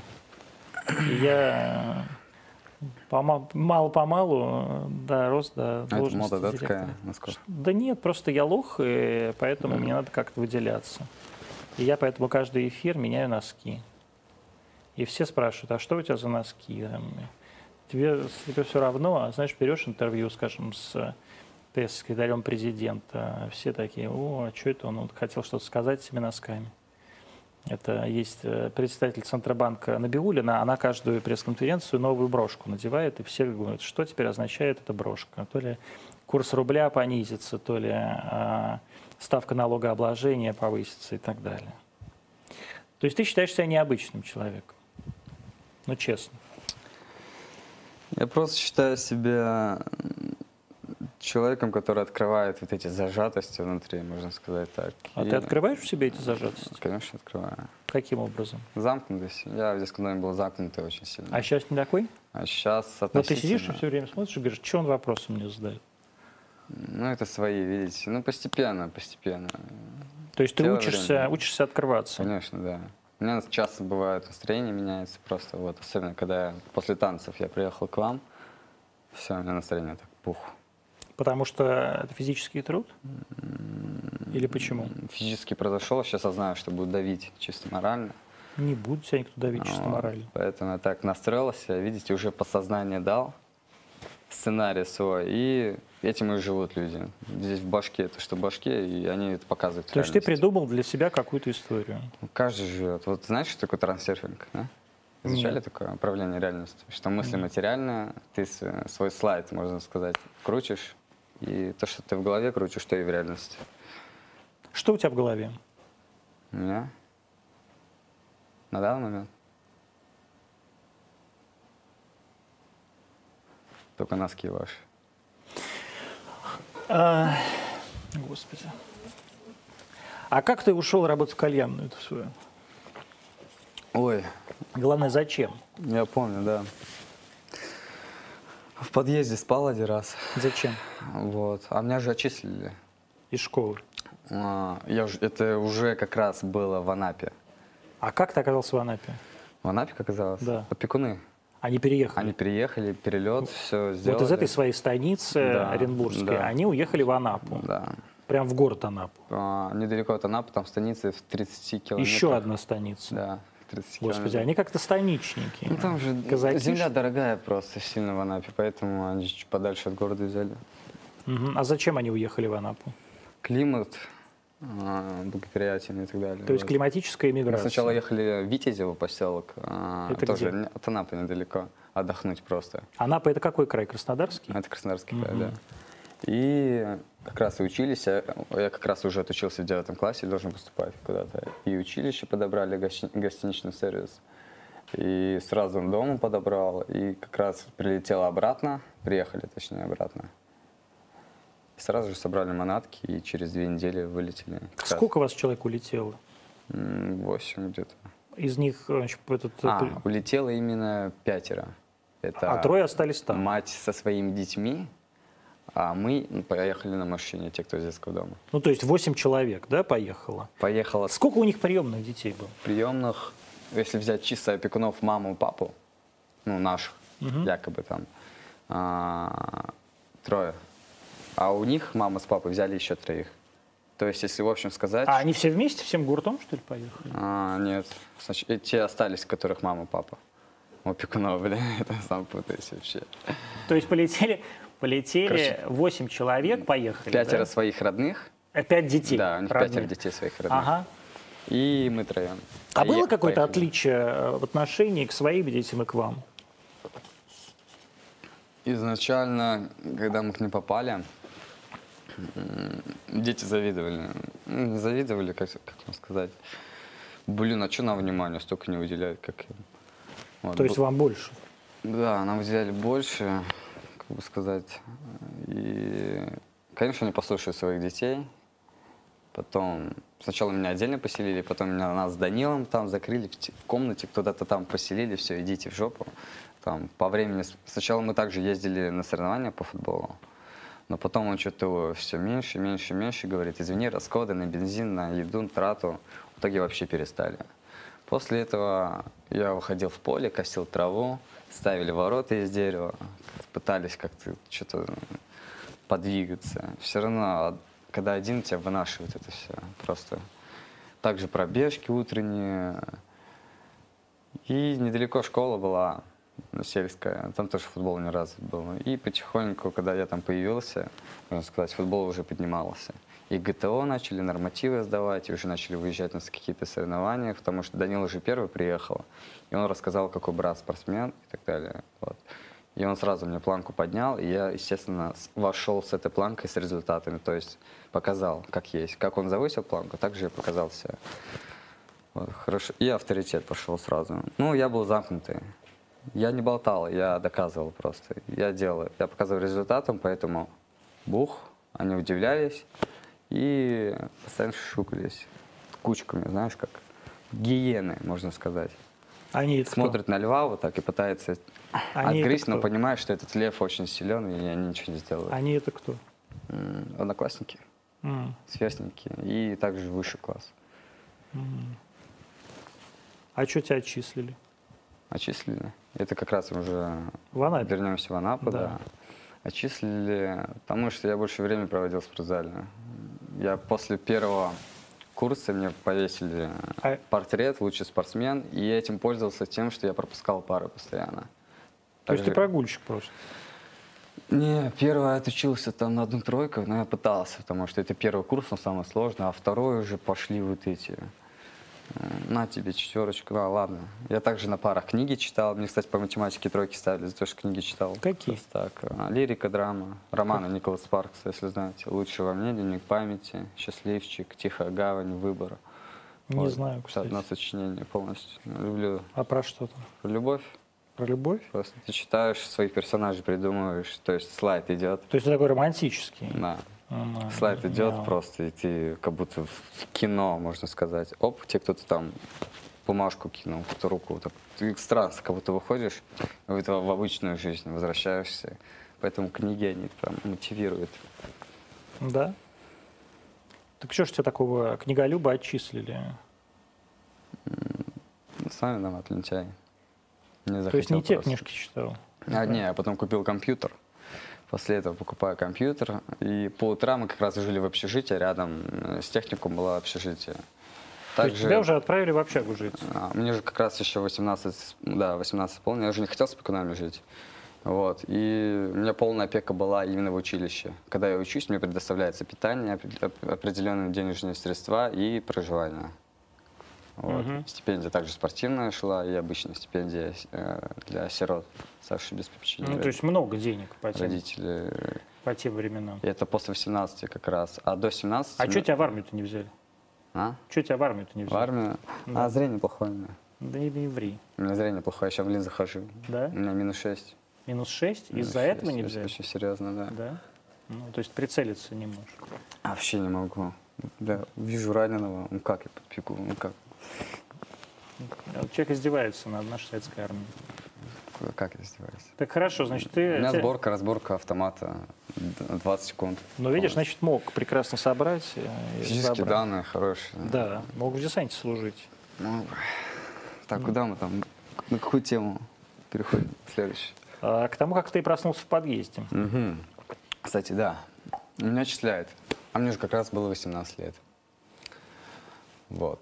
И я пома- мало-помалу да, рос до
А это
должности
мода, да,
директора.
такая? Насколько?
Да нет, просто я лох, и поэтому мне надо как-то выделяться. И я поэтому каждый эфир меняю носки. И все спрашивают, а что у тебя за носки? Там, Тебе, тебе все равно, а знаешь, берешь интервью, скажем, с с секретарем президента. Все такие, о, а что это он вот хотел что-то сказать себе носками. Это есть э, представитель Центробанка Набиулина, она каждую пресс-конференцию новую брошку надевает, и все говорят, что теперь означает эта брошка. То ли курс рубля понизится, то ли э, ставка налогообложения повысится и так далее. То есть ты считаешь себя необычным человеком? Ну, честно.
Я просто считаю себя м, человеком, который открывает вот эти зажатости внутри, можно сказать так.
А
И-
ты открываешь в себе эти зажатости?
Конечно, открываю.
Каким образом?
Замкнутость. Я в детском доме был замкнутый очень сильно.
А сейчас не такой?
А сейчас
Вот ты
относительно...
сидишь и все время смотришь и говоришь, что он вопросы мне задает?
Ну, это свои, видите. Ну, постепенно, постепенно.
То есть ты
Дело
учишься,
времени.
учишься открываться.
Конечно, да. У меня часто бывает настроение меняется просто вот. Особенно, когда я после танцев я приехал к вам. Все, у меня настроение так пух.
Потому что это физический труд? Или почему?
Физически произошел, сейчас я знаю, что буду давить чисто морально.
Не буду тебя никто давить чисто
Вот,
морально.
Поэтому я так настроился, видите, уже подсознание дал сценарий свой, и этим и живут люди. Здесь в башке, то, что в башке, и они это показывают. в
То есть ты
реальности.
придумал для себя какую-то историю.
Каждый живет. Вот знаешь, что такое трансерфинг? да? Изучали
Нет.
такое управление реальностью? Что мысли материальные, ты с- свой слайд, можно сказать, крутишь, и то, что ты в голове крутишь, то и в реальности.
Что у тебя в голове?
У меня Ну на данный момент только носки ваши.
А, Господи. А как ты ушел работать в кальянную эту свою?
Ой,
Главное, зачем?
я помню, да. В подъезде спал один раз.
Зачем?
Вот. А меня же отчислили.
Из школы.
А, я, ж- это уже как раз было в Анапе.
А как ты оказался в Анапе?
В Анапе, как оказалось?
Да.
Опекуны.
Они переехали.
Они переехали, перелет, все сделали.
вот из этой своей станицы
Да,
Оренбургской
да.
они уехали в Анапу.
Да.
Прям в город Анапу.
А, недалеко от Анапы, там станицы в 30 километрах.
Еще одна станица.
Да, 30
Господи,
километров.
они как-то станичники.
Ну, там же
казаки,
земля
что ли?
дорогая просто сильно в Анапе, поэтому они чуть подальше от города взяли.
Мгм. А зачем они уехали в Анапу?
Климат а, благоприятен и так далее.
То есть
Вот.
климатическая
Мы
миграция.
сначала ехали в Витязево поселок, а,
Это
тоже
где?
не- от Анапы недалеко, отдохнуть просто.
Анапа это какой край? Краснодарский?
А, Это Краснодарский край,
Мгм.
да. И как раз и учились, я, я как раз уже отучился в девятом классе, должен поступать куда-то. И училище подобрали, гости- гостиничный сервис. И сразу дома подобрал, и как раз прилетел обратно, приехали точнее обратно. И сразу же собрали манатки, и через две недели вылетели. Как раз,
Сколько у вас человек улетело?
м, Восемь где-то.
Из них э, значит, этот,
А,
при-
улетело именно пятеро. Это
а трое остались там.
мать со своими детьми, а мы поехали на машине, те, кто из детского дома.
Ну, то есть 8 человек, да, поехало.
Поехала с
Сколько у них приемных детей было?
приемных, если взять чисто опекунов маму, папу, ну, наших, якобы там, а, трое. А у них мама с папой взяли еще троих. То есть, если в общем сказать...
А они все вместе, всем гуртом, что ли, поехали?
А, нет, Значит, и те остались, которых мама, папа. У опекунов, бля, это сам путаюсь вообще.
То есть полетели, полетели
Короче,
8 человек, поехали.
Пятеро
да?
своих родных.
Э, Пять детей.
Да, у них
родных.
пятеро детей своих родных.
Ага.
И мы троем.
А было
Поех-
какое-то
поехали.
отличие э, в отношении к своим детям и к вам?
Изначально, когда мы к ним попали, м, дети завидовали. Ну, Не завидовали, как, как вам сказать. Блин, а что нам внимания столько не уделяют, как им? Вот,
То есть
бу-
вам больше?
Да, нам уделяли больше, как бы сказать. И, конечно, они послушали своих детей. Потом сначала меня отдельно поселили, потом меня нас с Данилом там закрыли в, те- в комнате, куда-то там поселили, все, идите в жопу. Там по времени с- сначала мы также ездили на соревнования по футболу, но потом он что-то все меньше, меньше, меньше говорит, извини, расходы на бензин, на еду, на трату. В итоге вообще перестали. После этого я выходил в поле, косил траву, ставили ворота из дерева, пытались как-то что-то подвигаться. Все равно, а, когда один тебя вынашивает это все. Просто также пробежки утренние. И недалеко школа была. на сельское. Там тоже футбол не раз был. Ну, И потихоньку, когда я там появился, можно сказать, футбол уже поднимался. И ГТО начали нормативы сдавать, и уже начали выезжать на какие-то соревнования, потому что Данил уже первый приехал, и он рассказал, какой брат спортсмен и так далее. Вот. И он сразу мне планку поднял, и я, естественно, с- вошел с этой планкой с результатами, то есть показал, как есть. Как он завысил планку, так же я показал себя. Вот, хорошо. И авторитет пошел сразу. Ну, я был замкнутый. Я не болтал, я доказывал просто. Я делал, я показывал результатом, поэтому бух, они удивлялись и постоянно шукались кучками, знаешь как. Гиены, можно сказать.
Они это кто?
Смотрят на льва вот так и пытаются
Они это
отгрызть, но
кто? А
понимают, что этот лев очень силен, и они ничего не сделают.
Они это кто?
М, Одноклассники,
М.
сверстники и также высший класс.
А что тебя отчислили?
Отчислили. Это как раз уже
В Анапе?
Вернемся в Анапу,
Да.
да. Отчислили, потому что я больше времени проводил в спортзале. Я после первого курса мне повесили
А-
портрет «Лучший спортсмен», и я этим пользовался тем, что я пропускал пары постоянно.
То есть ты
Также-
прогульщик просто.
Не, первое я отучился там на одну тройку, но я пытался, потому что это первый курс, он самый сложный, а второй уже пошли вот эти. э, На тебе четверочку. А, ладно. Я также на парах книги читал. Мне, кстати, по математике тройки ставили, за то, что книги читал.
Какие?
Как-то Так, а, лирика, драма. Романы Николас Паркс, если знаете. «Лучше во мне», «Дневник памяти», «Счастливчик», «Тихая гавань», «Выбор».
Не знаю,
Это
кстати.
одно сочинение полностью. Люблю
А про что там?
любовь.
Про любовь?
Просто ты читаешь своих персонажей, придумываешь. То есть слайд идет.
То есть ты такой романтический?
На.
М,
Слайд идет
да.
просто, и ты как будто в кино, можно сказать. Оп, тебе кто-то там бумажку кинул, кто руку. вот Так. Ты с транса как будто выходишь, и в, это- в обычную жизнь возвращаешься. Поэтому книги, они прям мотивируют.
Да? Так что ж тебя такого книголюба отчислили?
Ну, Сами нам отличай. Не
То есть
захотел
не те
просто.
книжки читал?
А, не, я потом купил компьютер. После этого покупаю компьютер. И по утрам мы как раз жили в общежитии, рядом э, с техникум было общежитие.
То есть
Также-
тебя уже отправили в общагу жить?
А, Мне же как раз еще 18, с- да, 18 полно. Я уже не хотел с пекунами жить. Вот. И у меня полная опека была именно в училище. Когда я учусь, мне предоставляется питание, опре- оп- определенные денежные средства и проживание. Вот.
Мгм.
Стипендия также спортивная шла, и обычная стипендия э, для сирот, ставших без попечения
Ну, то есть много денег по тем,
родителей.
по тем временам.
И это после 18 как раз. А до 17...
А
мне-
что тебя в армию-то не взяли?
А?
Что тебя в армию-то не
В
взяли?
армию?
Да.
А, зрение плохое у меня.
Да не, не ври.
У меня зрение плохое, я сейчас в линзы хожу.
Да?
У меня минус 6.
Минус 6? Из-за этого не взяли?
Очень серьезно, да. А
Да? Ну, то есть прицелиться не можешь.
Вообще не могу. Да, вижу раненого, ну как я подпеку, ну как,
А вот Человек издевается над нашей советской армией.
как я издеваюсь.
Так хорошо, значит,
У
ты...
меня
те-
сборка, разборка автомата д- 20 секунд.
Ну, видишь, значит, мог прекрасно собрать. э, и
Физические
забрать.
данные хорошие.
Да, мог в десанте служить.
Ну, так, куда мы там, на какую тему переходим? Следующий.
А к тому, как ты проснулся в подъезде.
Мгм. Кстати, да. Меня отчисляют. А мне же как раз было 18 лет. Вот.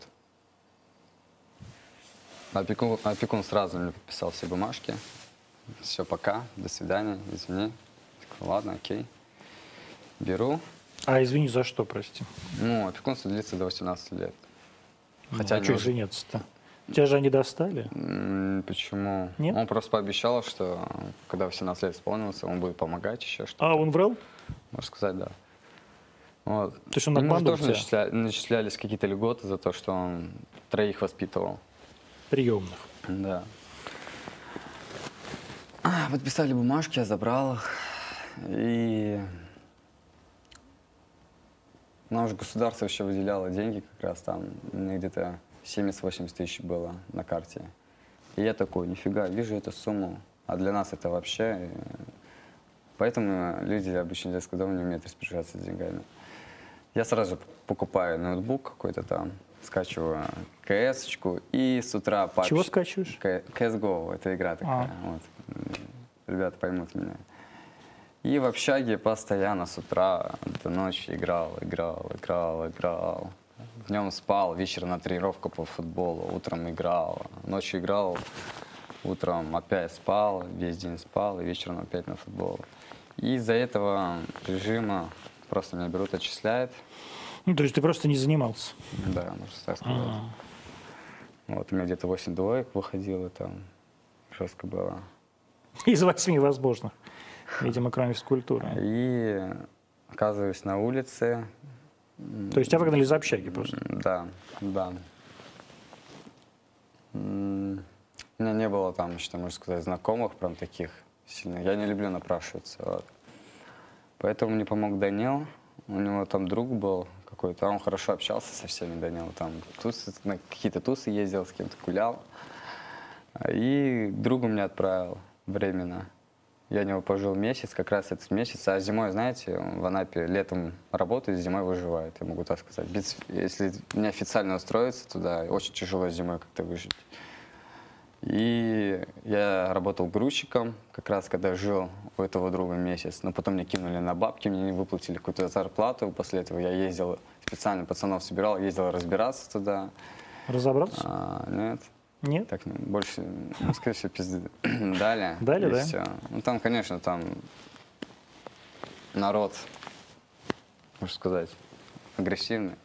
Опекун, опекун сразу мне подписал все бумажки. Все, пока, до свидания, извини. Такой, ладно, окей. Беру.
А, извини, за что, прости?
Ну, опекунство длится до 18 лет.
Хотя
Хотя
а
они
что
уже-
извиняться-то? Тебя же они достали?
М, Почему?
Нет?
Он просто пообещал, что когда 18 лет исполнился, он будет помогать еще что-то.
А, он врал?
Можно сказать, да. Вот.
То есть он
Ему Ну, же
обманул
тоже
тебя?
начисля- начислялись какие-то льготы за то, что он троих воспитывал.
Приемных.
Да. А, Подписали бумажки, я забрал их. И нам же государство еще выделяло деньги как раз там. У меня где-то 70-80 тысяч было на карте. И я такой, нифига, вижу эту сумму. А для нас это вообще... э, Поэтому люди обычно из детского дома не умеют распоряжаться деньгами. Я сразу же покупаю ноутбук какой-то там, скачиваю КС-очку и с утра папе...
Чего скачиваешь?
К- CSGO, это игра такая. Вот. М, Ребята поймут меня. И в общаге постоянно с утра до ночи играл, играл, играл, играл. Днем спал, вечером на тренировку по футболу, утром играл, ночью играл. утром опять спал, весь день спал, и вечером опять на футбол. И из-за этого режима просто меня берут, отчисляют.
Ну, то есть ты просто не занимался.
Да, можно так сказать. Вот, у меня где-то 8 двоек выходило там. Жестко было.
Из восьми возможных. Видимо, кроме физкультуры.
И оказываюсь на улице.
То есть тебя выгнали из общаги просто.
М, Да, да. М, У меня не было там, что можно сказать, знакомых прям таких сильных. Я не люблю напрашиваться. вот. Поэтому мне помог Данил. У него там друг был какой-то, а он хорошо общался со всеми, Данил. Там тусы, на какие-то тусы ездил, с кем-то гулял. А, И друга меня отправил временно. Я у него пожил месяц, как раз этот месяц. А зимой, знаете, в Анапе летом работают, зимой выживают, я могу так сказать. Без- если неофициально устроиться туда, очень тяжело зимой как-то выжить. И я работал грузчиком, как раз когда жил у этого друга месяц. Но потом меня кинули на бабки, мне не выплатили какую-то зарплату. После этого я ездил, специально пацанов собирал, ездил разбираться туда.
Разобрался?
А, нет,
Нет?
так, ну, больше, ну, скорее всего, пизды дали.
Дали,
и
да?
всё. Ну, там, конечно, там народ, можно сказать, агрессивный.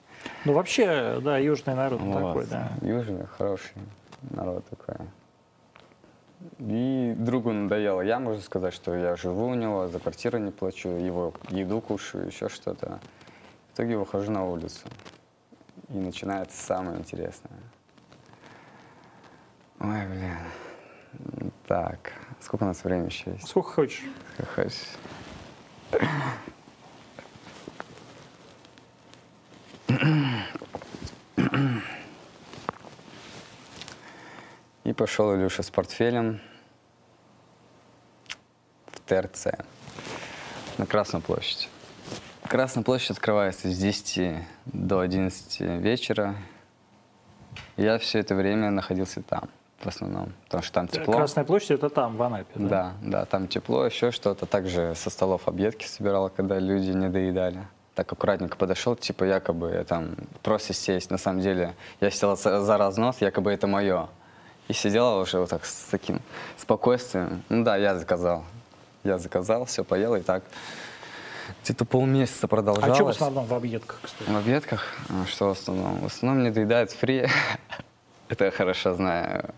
Ну, вообще, да, южный народ такой,
Вот.
да.
Южный, хороший народ такой. И другу надоело. Я, можно сказать, что я живу у него, за квартиру не плачу, его еду кушаю, еще что-то. В итоге выхожу на улицу. И начинается самое интересное. Ой, блин. Так, сколько у нас времени еще есть?
Сколько хочешь.
Как хочешь. И пошел Илюша с портфелем в ТРЦ на Красную площадь. Красная площадь открывается с 10 до 11 вечера. Я все это время находился там, в основном, потому что там тепло.
Э, Красная площадь это там, в Анапе.
Да, да, там тепло, еще что-то. Также со столов объедки собирала, когда люди не доедали. Так аккуратненько подошел, типа якобы я там просто сесть. На самом деле я села за за разнос, якобы это мое. И сидела уже вот так с таким спокойствием. Ну да, я заказал. Я заказал, все поел и так. Где-то полмесяца продолжалось.
А что в основном в объедках, кстати?
В объедках? А, Что в основном? В основном мне доедает фри. Это я хорошо знаю.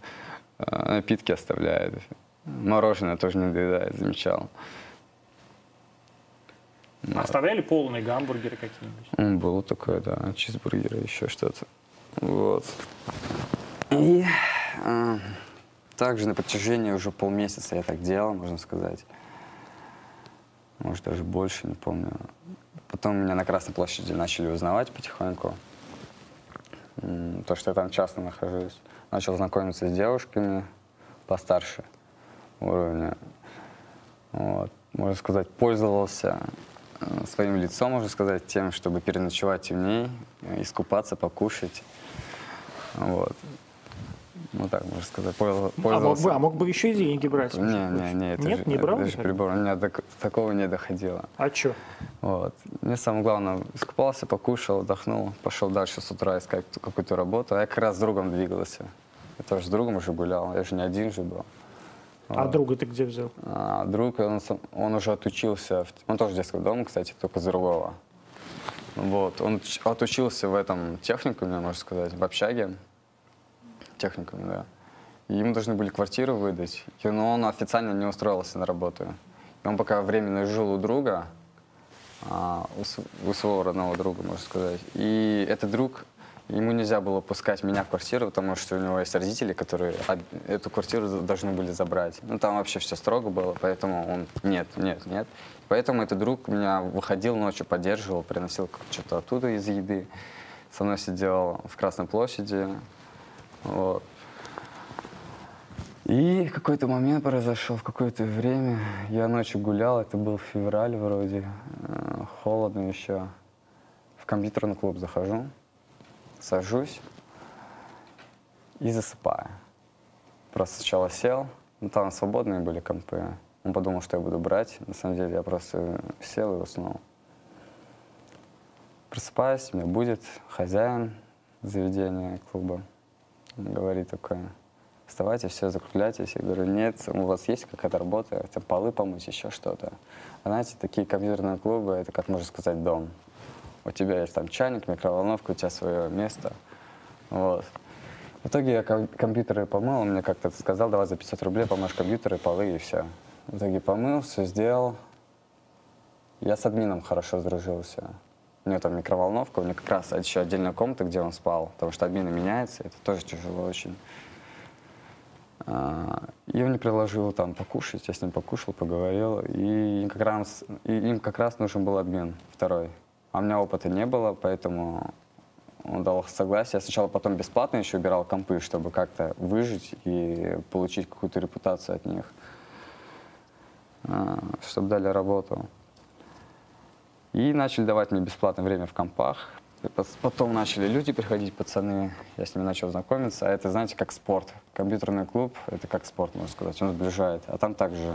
А, Напитки оставляет. Мороженое тоже не доедает, замечал.
Оставляли полные гамбургеры какие-нибудь?
М, Было такое, да, чизбургеры, еще что-то. Вот. И а, также на протяжении уже полмесяца я так делал, можно сказать. Может, даже больше, не помню. Потом меня на Красной площади начали узнавать потихоньку. М, То, что я там часто нахожусь. Начал знакомиться с девушками постарше уровня. Вот, можно сказать, пользовался э, своим лицом, можно сказать, тем, чтобы переночевать в ней, э, искупаться, покушать. Вот. Ну так, можно сказать, пользов-
А мог, бы,
пользовался.
а мог бы еще и деньги брать.
Не, не, не, это
Нет,
же-
не
это
брал
же
никогда?
прибор. У меня до к- такого не доходило.
А что?
Вот. Мне самое главное, искупался, покушал, отдохнул, пошел дальше с утра искать ту- какую-то работу. А я как раз с другом двигался. Я тоже с другом уже гулял, я же не один же был.
А друга ты где взял?
А друг, он, со- он уже отучился, в- он тоже с детского дома, кстати, только с другого. Вот, он отч- отучился в этом техникуме, можно сказать, в общаге. Техникуме, да. И Ему должны были квартиру выдать, и- но он официально не устроился на работу. И он пока временно жил у друга, а, у, с- у своего родного друга, можно сказать. И этот друг, ему нельзя было пускать меня в квартиру, потому что у него есть родители, которые об- эту квартиру за- должны были забрать. Ну, там вообще все строго было, поэтому он нет, нет, нет. Поэтому этот друг меня выходил ночью, поддерживал, приносил как- что-то оттуда из еды. Со мной сидел в Красной площади. Вот. И какой-то момент произошел, в какое-то время. Я ночью гулял, это был февраль вроде, э, холодно еще. В компьютерный клуб захожу, сажусь и засыпаю. Просто сначала сел, ну там свободные были компы. Он подумал, что я буду брать. На самом деле я просто сел и уснул. Просыпаюсь, меня будет хозяин заведения клуба. Он Говорит такое, вставайте, все, закругляйтесь. Я говорю, нет, у вас есть какая-то работа, хотя бы полы помыть, еще что-то. А знаете, такие компьютерные клубы, это, как можно сказать, дом. У тебя есть там чайник, микроволновка, у тебя свое место. Вот. В итоге я ком- компьютеры помыл, он мне как-то сказал, давай за 500 рублей помоешь компьютеры, полы и все. В итоге помыл, все сделал. Я с админом хорошо сдружился. У него там микроволновка, у него как раз еще отдельная комната, где он спал, потому что админы меняются, это тоже тяжело очень. А, И он мне предложил там покушать, я с ним покушал, поговорил, и им как раз, и им как раз нужен был обмен второй. А у меня опыта не было, поэтому он дал согласие. Я сначала потом бесплатно еще убирал компы, чтобы как-то выжить и получить какую-то репутацию от них, чтобы дали работу. И начали давать мне бесплатное время в компах. И пос- Потом начали люди приходить, пацаны, я с ними начал знакомиться. А это, знаете, как спорт. Компьютерный клуб — это как спорт, можно сказать, он сближает. А там также,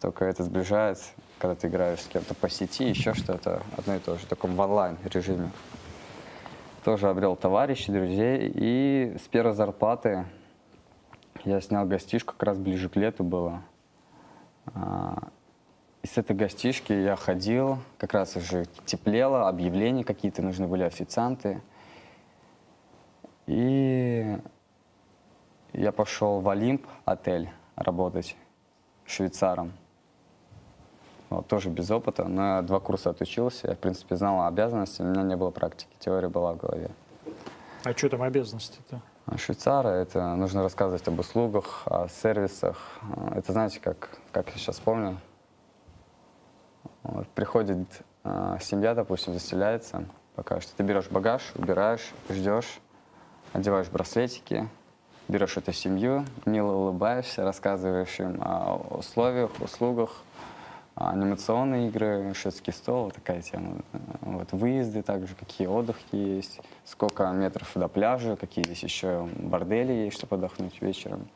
только это сближает, когда ты играешь с кем-то по сети, еще что-то, одно и то же, только в онлайн-режиме. Тоже обрел товарищей, друзей, и с первой зарплаты я снял гостишку, как раз ближе к лету было. А, и с этой гостишки я ходил, как раз уже теплело, объявления какие-то нужны были, официанты. И я пошел в Олимп отель работать швейцаром. Вот, тоже без опыта, но я два курса отучился, я, в принципе, знал обязанности, у меня не было практики, теория была в голове.
А что там обязанности-то?
А Швейцары — это нужно рассказывать об услугах, о сервисах. А, Это знаете, как, как я сейчас помню, вот приходит а, семья, допустим, заселяется пока что. Ты берешь багаж, убираешь, ждешь, одеваешь браслетики, берешь эту семью, мило улыбаешься, рассказываешь им о условиях, услугах, а, анимационные игры, шведский стол, вот такая тема. А, Вот выезды также, какие отдыхи есть, сколько метров до пляжа, какие здесь еще бордели есть, чтобы отдохнуть вечером.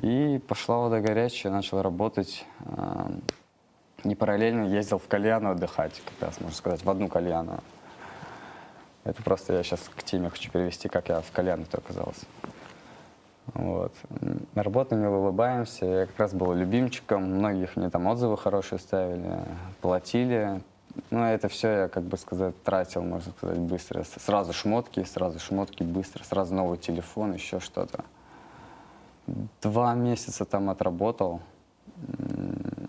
И пошла вода горячая, начал работать. а, И параллельно ездил в кальяну отдыхать, как раз, можно сказать, в одну кальяну. Это просто я сейчас к теме хочу перевести, как я в кальяну-то оказался. Вот. М, На работу мило улыбаемся. Я как раз был любимчиком. Многих мне там отзывы хорошие ставили, платили. Ну, это все я, как бы сказать, тратил, можно сказать, быстро. С- Сразу шмотки, сразу шмотки быстро, сразу новый телефон, еще что-то. Два месяца там отработал. М,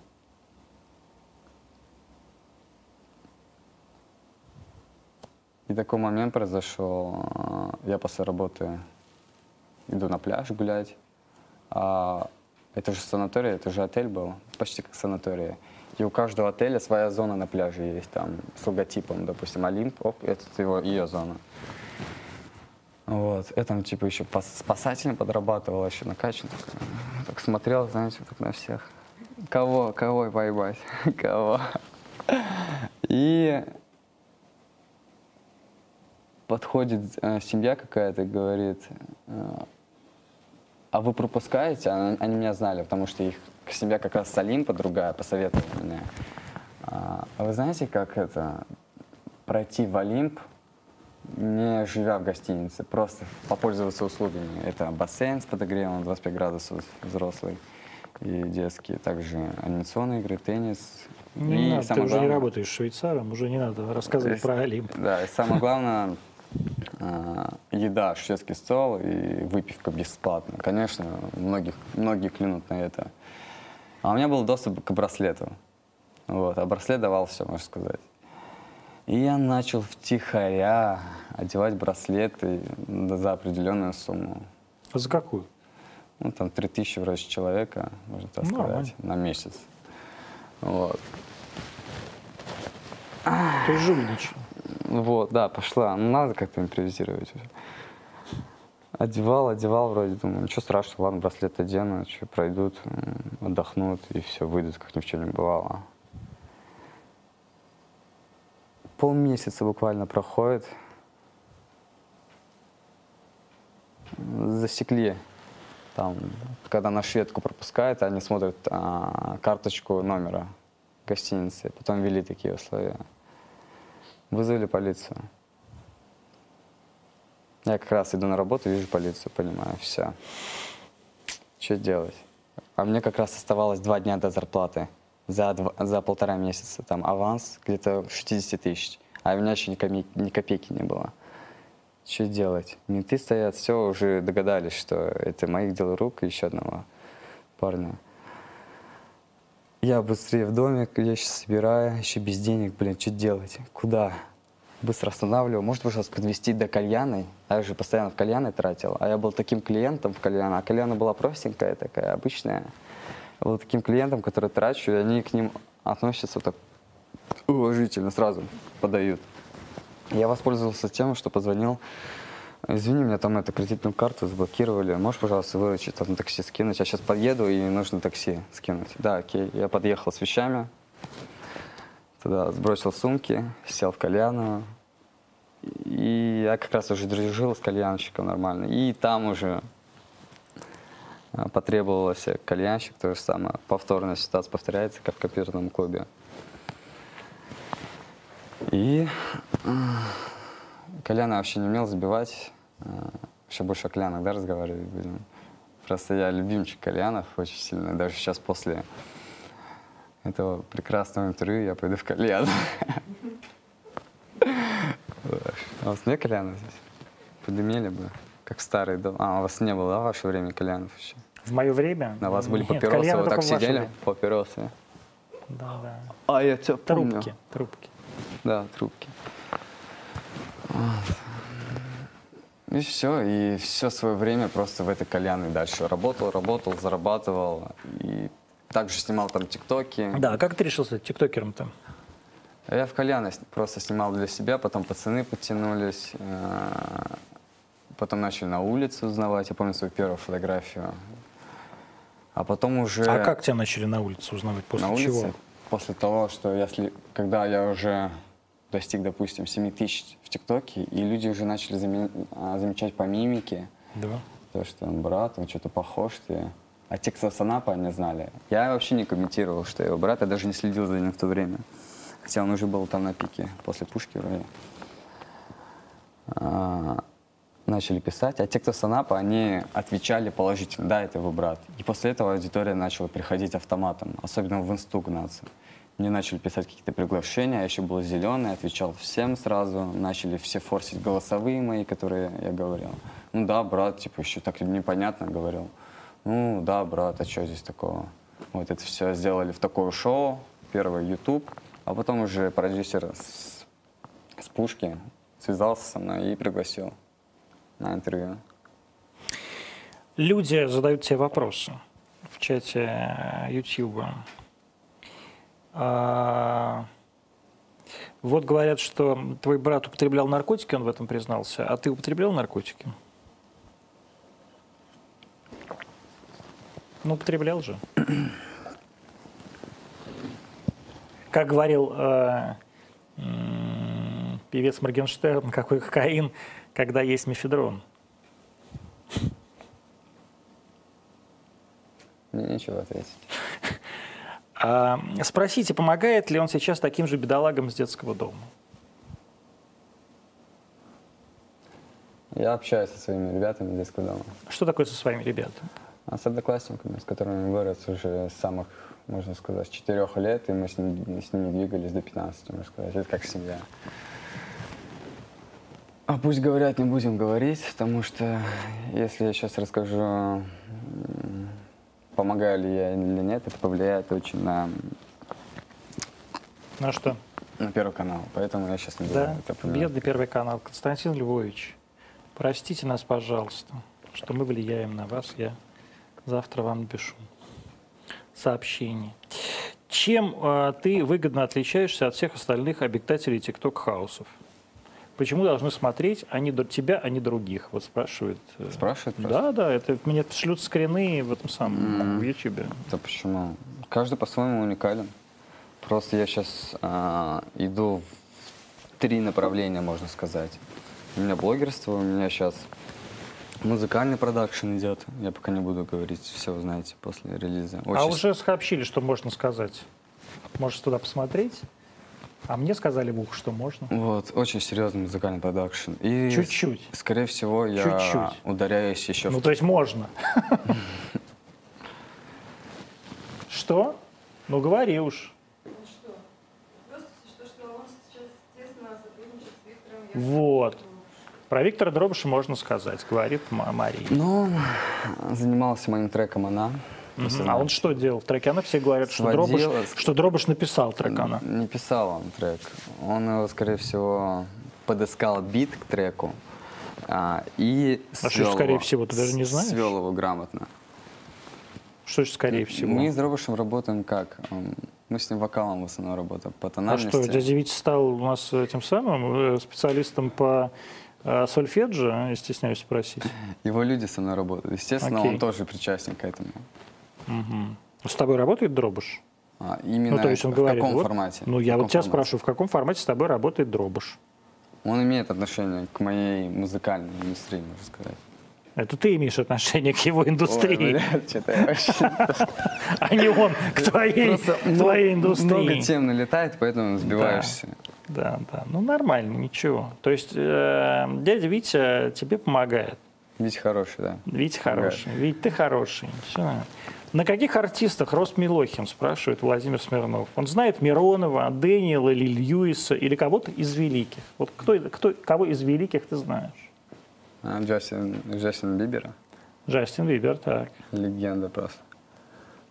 И такой момент произошел. а, Я после работы иду на пляж гулять. А, это же санаторий, это же отель был, почти как санаторий. И у каждого отеля своя зона на пляже есть, там, с логотипом, допустим, Олимп, оп, это его, ее зона. Вот, я там, типа, еще пос- спасателем подрабатывал, еще накачан, так, э, так смотрел, знаете, вот так на всех. Кого, кого поебать, кого. И подходит э, семья какая-то и говорит, э, а вы пропускаете? А Они меня знали, потому что их семья как раз с Олимпа другая посоветовала мне. А а вы знаете, как это пройти в Олимп, не живя в гостинице, просто попользоваться услугами. Это бассейн с подогревом 25 градусов взрослый и детский, также анимационные игры, теннис.
Не
и
надо, ты
самое
уже не
главное-
работаешь швейцаром, уже не надо рассказывать
Э,
про Олимп.
Да, и самое главное, а, еда, шведский стол и выпивка бесплатно. Конечно, многих, многие клюнут на это. А у меня был доступ к браслету. Вот, а браслет давал все, можно сказать. И я начал втихаря одевать браслеты за определенную сумму.
А за какую?
Ну, там 3000 вроде человека, можно так сказать,
Нормально.
на месяц. Вот.
Ты жульничал.
Вот, да, пошла. Ну, надо как-то импровизировать уже. Одевал, одевал вроде, думаю, ничего страшного, ладно, браслет одену, что пройдут, м, отдохнут и все, выйдут, как ни в чем не бывало. Полмесяца буквально проходит. Засекли. Там, когда на шведку пропускают, они смотрят а, карточку номера гостиницы, потом ввели такие условия. Вызвали полицию. Я как раз иду на работу, вижу полицию, понимаю, все. Что делать? А мне как раз оставалось два дня до зарплаты. За, два- за полтора месяца там аванс где-то 60 тысяч. А у меня еще ни, коми- ни копейки не было. Что делать? Менты стоят, все, уже догадались, что это моих дел рук и еще одного парня. Я быстрее в домик, я сейчас собираю, еще без денег, блин, что делать? Куда? Быстро останавливаю, может, вы сейчас подвести до кальяны? А я же постоянно в кальяны тратил, а я был таким клиентом в кальяна, а кальяна была простенькая такая, обычная. Я был таким клиентом, который трачу, и они к ним относятся так уважительно, сразу подают. Я воспользовался тем, что позвонил. Извини, меня там эту кредитную карту заблокировали. Можешь, пожалуйста, выручить, там на такси скинуть? Я сейчас подъеду и нужно такси скинуть. Да, окей. Я подъехал с вещами. Туда сбросил сумки, сел в кальяну. И я как раз уже дружил с кальянщиком нормально. И там уже а, потребовался кальянщик, то же самое. Повторная ситуация повторяется, как в компьютерном клубе. И Коляна вообще не умел забивать. Э, Вообще больше о колянах, да, разговаривали будем? Просто я любимчик кальянов очень сильно. Даже сейчас после этого прекрасного интервью я пойду в кальян. А у вас нет кальянов здесь? Подымели бы, как в старый дом. А, у вас не было, да, в ваше время кальянов еще?
В мое время...
На вас были
нет,
папиросы,
кальяны
вы так
только в ваше
сидели?
время.
Папиросы.
Да, да.
А, я тебя помню.
Трубки, трубки.
Да, трубки. Вот. И все, и все свое время просто в этой кальянной дальше работал, работал, зарабатывал. И также снимал там тиктоки.
Да, а как ты решил стать тиктокером там?
А Я в кальяны с- просто снимал для себя, потом пацаны подтянулись, э, потом начали на улице узнавать. Я помню свою первую фотографию. А потом уже...
А как тебя начали на улице узнавать? После
на
чего?
улице. После того, что если, когда я уже достиг, допустим, 7 тысяч в ТикТоке, и люди уже начали заме- а, замечать по мимике,
Да.
то, что он брат, он что-то похож ты. А те, кто Санапа, не знали. Я вообще не комментировал, что его брат, я даже не следил за ним в то время. Хотя он уже был там на пике, после пушки вроде. А, начали писать, а те, кто Санапа, они отвечали положительно, да, это его брат. И после этого аудитория начала приходить автоматом, особенно в инсту гнаться. Мне начали писать какие-то приглашения, я еще был зеленый, отвечал всем сразу. Начали все форсить голосовые мои, которые я говорил. Ну да, брат, типа, еще так непонятно говорил. Ну да, брат, а что здесь такого? Вот это все сделали в такое шоу, первое YouTube, а потом уже продюсер с с пушки связался со мной и пригласил на интервью.
Люди задают тебе вопросы в чате э, YouTube. А, Вот говорят, что твой брат употреблял наркотики, он в этом признался. А ты употреблял наркотики? Ну, употреблял же. Как говорил э, м, певец Моргенштерн, какой кокаин, когда есть мефедрон.
Мне нечего ответить.
А, Спросите, помогает ли он сейчас таким же бедолагам с детского дома?
Я общаюсь со своими ребятами из детского дома.
Что такое со своими ребятами?
А с одноклассниками, с которыми вырос уже с самых, можно сказать, с четырех лет, и мы с, ним- с ними двигались до 15, можно сказать. Это как семья. А пусть говорят, не будем говорить, потому что если я сейчас расскажу, м, помогаю ли я или нет, это повлияет очень на,
На что?
на первый канал. Поэтому я сейчас не буду
Да,
это упоминать.
бедный Первый канал. Константин Львович, простите нас, пожалуйста, что мы влияем на вас. Я завтра вам напишу сообщение. Чем э, ты выгодно отличаешься от всех остальных обитателей тикток-хаусов? Почему должны смотреть они до тебя, а не других? Вот спрашивают. э,
Спрашивают просто?
Да, да, это мне шлют скрины в этом самом, в Ютубе.
Да почему? Каждый по-своему уникален. Просто я сейчас иду в три направления, можно сказать. У меня блогерство, у меня сейчас музыкальный продакшн идет. Я пока не буду говорить, все узнаете после релиза.
А
Очень с-
уже сообщили, что можно сказать. Можешь туда посмотреть. А мне сказали в ухо, что можно.
Вот, очень серьезный музыкальный продакшн. И,
Чуть-чуть.
с- скорее всего, я
Чуть-чуть.
ударяюсь еще
Ну,
в...
то есть можно. Что? Ну, говори уж.
Ну что? Просто что, что он сейчас тесно сотрудничает с Виктором Яковлевым.
Вот. Про Виктора Дробыша можно сказать, говорит Ма- Мария.
Ну, занималась моим треком она.
Мгм. А он что делал в треке? Она все говорят, что Дробыш,
Сводила.
что Дробыш написал трек она.
Не писал он трек. Он его, скорее всего, подыскал бит к треку а, и
что ж,
свел
скорее
его.
всего, ты даже не знаешь?
Свел его грамотно.
Что же, скорее всего.
Мы с Дробышем работаем как? М, Мы с ним вокалом в основном работаем по
А
тональности.
что, дядя Витя стал у нас э, тем самым э, специалистом по э, сольфеджио, я стесняюсь спросить.
Его люди со мной работают. Естественно,
Окей.
он тоже причастен к этому.
Мгм. С тобой работает Дробыш?
А, именно
ну, то есть он
в
говорит,
каком
вот,
формате?
Ну, я
В
вот
каком
тебя
формате?
спрашиваю, в каком формате с тобой работает Дробыш?
Он имеет отношение к моей музыкальной индустрии, можно сказать.
Это ты имеешь отношение к его
Ой,
индустрии,
блядь, что-то я вообще-
а не он к твоей,
Просто ну,
к
много-
твоей индустрии.
Много тем налетает, поэтому сбиваешься.
Да, да. Ну, нормально, ничего. То есть э, дядя Витя тебе помогает.
Ведь хороший, да.
Витя хороший. Витя, ты хороший. Все. На каких артистах Рост Милохин, спрашивает Владимир Смирнов. Он знает Миронова, Дэниела или Льюиса, или кого-то из великих. Вот кто, кто, кого из великих ты знаешь?
А, Джастин, Джастин Бибера.
Джастин Бибер, так.
Легенда просто.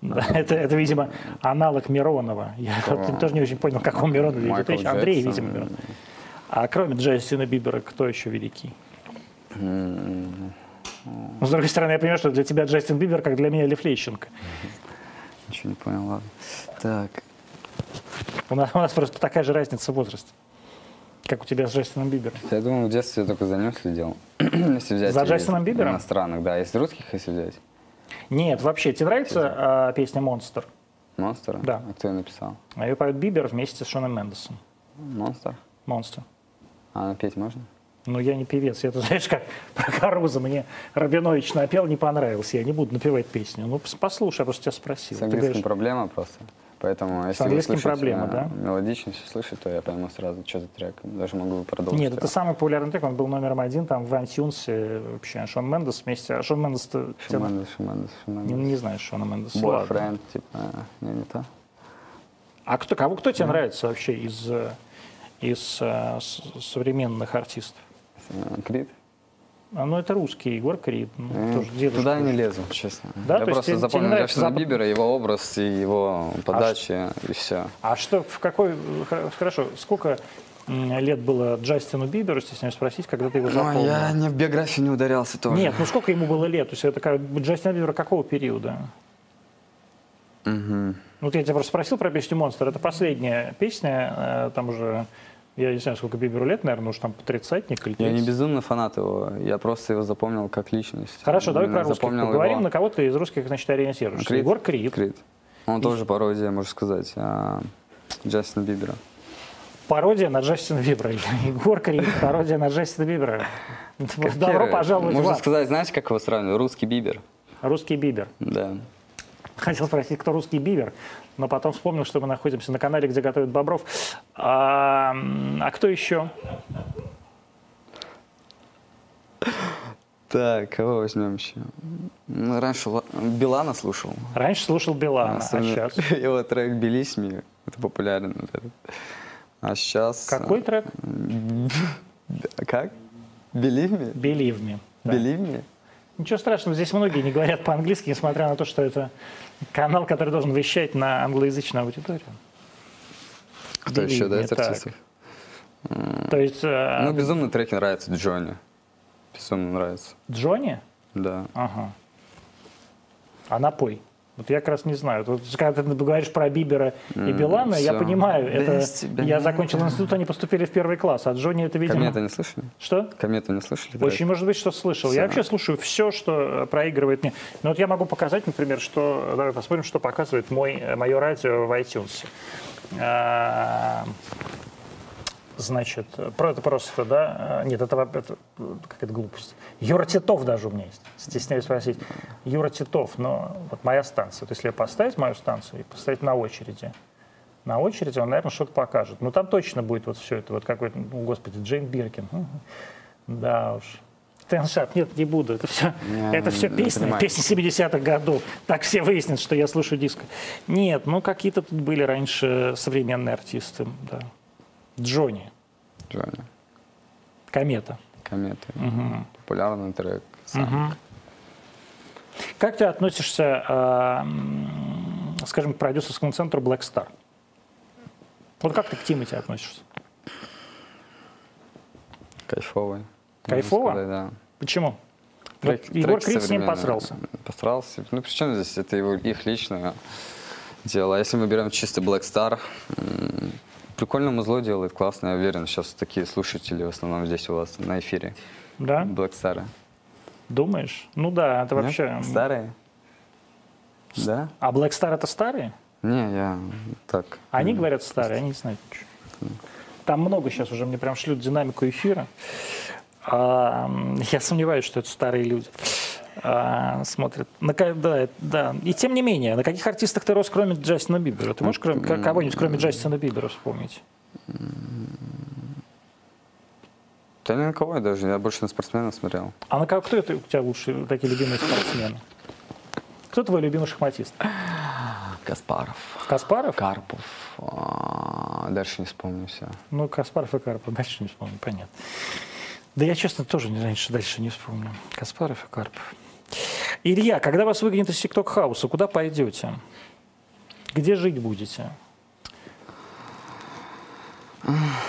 Да, это, это, видимо, аналог Миронова. Я
Кого?
тоже не очень понял, как он Миронова ведет
Майкл
речь. Андрей,
Джексон.
видимо, Миронов. А кроме Джастина Бибера, кто еще великий?
М,
Но, с другой стороны, я понимаю, что для тебя Джастин Бибер, как для меня Лев Лещенко.
Ничего не понял, ладно. Так,
У нас, у нас просто такая же разница в возрасте, как у тебя с Джастином Бибером.
я думаю, в детстве я только за ним следил. если взять
За
из
Джастином Бибером?
Иностранных, да. Из русских, если взять.
Нет, вообще, тебе нравится а, песня «Монстр»?
Монстр?
Да.
А кто ее написал?
А Ее поет Бибер вместе с Шоном Мендесом.
Монстр?
«Монстр».
А петь можно?
Ну, я не певец. Я, ты знаешь, как про Каруза мне Рабинович напел, не понравился. Я не буду напевать песню. Ну, пос- послушай, я просто тебя спросил.
С
Ты
английским
говоришь,
проблема просто. Поэтому если вы
английским
слышите э,
проблема, да?
мелодичность слышит, то я пойму сразу, что за трек. Даже могу продолжить.
Нет, это самый популярный трек, он был номером один там в Антюнсе вообще. Шон Мендес вместе. А Шон Мендес, ты
Шимандес, Шимандес,
не,
Шимандес.
не знаешь Шона Мендеса. ладно.
Бойфренд, типа, не, не то.
А кто, кого, кто тебе нравится вообще из, э, из э, с- современных артистов?
Э, Крид?
А, Ну, это русский, Егор Крид. Ну,
М,
тоже дедушка
Туда я не
уже.
лезу, честно.
Да, то есть
я просто
тебе- тебе
запомнил
не нравится А
Джастина
запад-
Бибера, его образ и его подачи, и все.
А что, в какой... хо- Хорошо, сколько м, лет было Джастину Биберу, стесняюсь спросить, когда ты его запомнил?
не в биографию не ударялся тоже.
Нет, ну сколько ему было лет? То есть это как, Джастин Бибер какого периода? Ну, вот я тебя просто спросил про песню «Монстр». Это последняя песня, э, там уже... Я не знаю, сколько Биберу лет, наверное, уж там по тридцатник или
Я не
30.
безумно фанат его, я просто его запомнил как личность.
Хорошо, давай
Именно
про русских
запомнил
поговорим.
его.
На кого ты из русских, значит, ориентируешься?
Крид.
Егор Крид.
Крид. Он тоже пародия, можно сказать, а, Джастина Бибера.
Пародия на Джастина Бибера. Егор Крид, пародия на Джастина Бибера.
Как
Добро
первый.
пожаловать в
Можно
ад.
сказать, знаете, как его сравнивают? Русский Бибер.
Русский Бибер.
Да.
Хотел спросить, кто русский Бибер, но потом вспомнил, что мы находимся на канале, где готовят бобров. А, м, а кто еще?
Так, кого возьмем еще? Ну, раньше Ла- Билана слушал.
Раньше слушал Билана, а
Особенно
сейчас?
Его трек «Белись мне» это популярен. вот этот. А сейчас...
Какой трек?
Как? «Believe me»?
Believe me. Да.
«Believe me»?
Ничего страшного, здесь многие не говорят по-английски, несмотря на то, что это канал, который должен вещать на англоязычную аудиторию.
Кто
«Believe
еще, да,
me»,
из
так.
артистов?
То есть э,
Ну, безумно треки нравятся Джонни. Безумно нравится,
Джонни?
да.
Ага. А напой? Вот я как раз не знаю. Вот когда ты говоришь про Бибера и Билана, я
всё.
понимаю,
Без
это
тебя
я закончил институт, они поступили в первый класс, а Джонни это, видимо...
Комета не слышали?
Что?
Комету не слышали? трек?
Очень может быть, что слышал. Я
Всё.
вообще слушаю все, что э, проигрывает мне. Но вот я могу показать, например, что... э, Давай посмотрим, что показывает мой, мое радио в iTunes. А, Значит, э, про это просто, да? э, Нет, это, воп- это э, какая-то глупость. Юра Титов даже у меня есть. Стесняюсь спросить. Юра Титов, но вот моя станция. То есть, если я поставить мою станцию и поставить на очереди, на очередь, он, наверное, что-то покажет. Ну, там точно будет вот все это, вот какой-то, ну, господи, Джейн Биркин. Мгм. Да уж. Теншат, нет, не буду, это все,
Я
это все
не
песни,
понимаю.
песни 70-х годов. Так все выяснят, что я слушаю диско. Нет, ну какие-то тут были раньше современные артисты, да. Джонни,
Джонни.
Комета.
Комета.
Мгм.
Популярный трек.
Мгм. Как ты относишься, а, м, скажем, к продюсерскому центру Black Star? Вот как ты к Тимати относишься?
Кайфовый. можно
Кайфово?
сказать, да.
Почему?
Трек-
вот Егор
треки
Крид с ним
современные.
посрался.
Посрался. Ну, при чем здесь? Это его, их личное дело. А если мы берем чисто Black Star, м, прикольно музло делает, классно. Я уверен, сейчас такие слушатели в основном здесь у вас на эфире.
Да?
Black Star.
Думаешь? Ну да, это
Нет?
А? вообще... м,
Старые? Да?
А Black Star это старые?
Не, я так.
Они говорят старые, они не знают ничего. Там много сейчас уже мне прям шлют динамику эфира. А, м, я сомневаюсь, что это старые люди. А, смотрят. На, ка- да, это- да. И тем не менее, на каких артистах ты рос, кроме Джастина Бибера? Ты можешь кроме, ка- кого-нибудь, кроме Джастина Бибера, вспомнить?
Да ни на кого я даже, я больше на спортсменов смотрел.
А на кого, кто это у тебя лучшие такие любимые спортсмены? Кто твой любимый шахматист?
Каспаров,
Каспаров?
А, Карпов. а, Дальше не вспомню все.
Ну, Каспаров и Карпов. Дальше не вспомню, понятно. Да я, честно, тоже не раньше дальше не вспомню. Каспаров и Карпов. Илья, когда вас выгонят из ТикТок Хауса, куда пойдете? Где жить будете?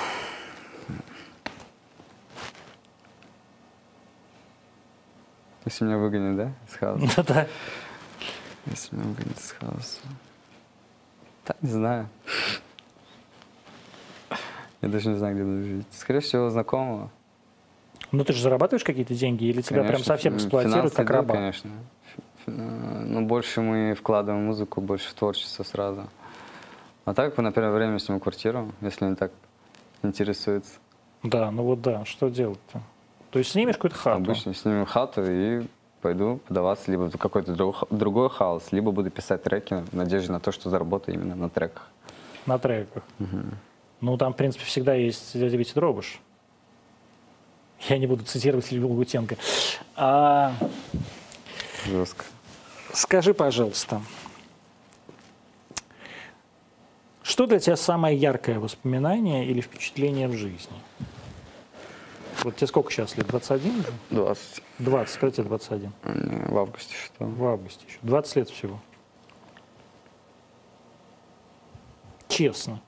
Если меня выгонят, да, из хаоса?
Да-да.
Если меня выгонят из хаоса. Да, не знаю. Я даже не знаю, где буду жить. Скорее всего, знакомого.
Ну, ты же зарабатываешь какие-то деньги или тебя прям
Конечно,
совсем
фин-
эксплуатируют
финансовый
как
дел,
раба?
Конечно. Ф- фин- э, Но больше мы вкладываем в музыку, больше в творчество сразу. А так мы на первое время снимем квартиру, если они так интересуются.
Да, ну вот да, что делать-то? А, То есть снимешь какую-то хату?
Обычно снимем хату и пойду подаваться либо в какой-то друг- другой хаос, либо буду писать треки в надежде на то, что заработаю именно на треках.
На треках. Ну, там, в принципе, всегда есть дядя Витя Дробыш. Я не буду цитировать Илью Лагутенко. А,
Жестко.
скажи, пожалуйста, что для тебя самое яркое воспоминание или впечатление в жизни? Вот тебе сколько сейчас лет? 21 уже?
20.
20, когда тебе 21?
Мне Э, В августе что?
В августе еще. 20 лет всего. Честно.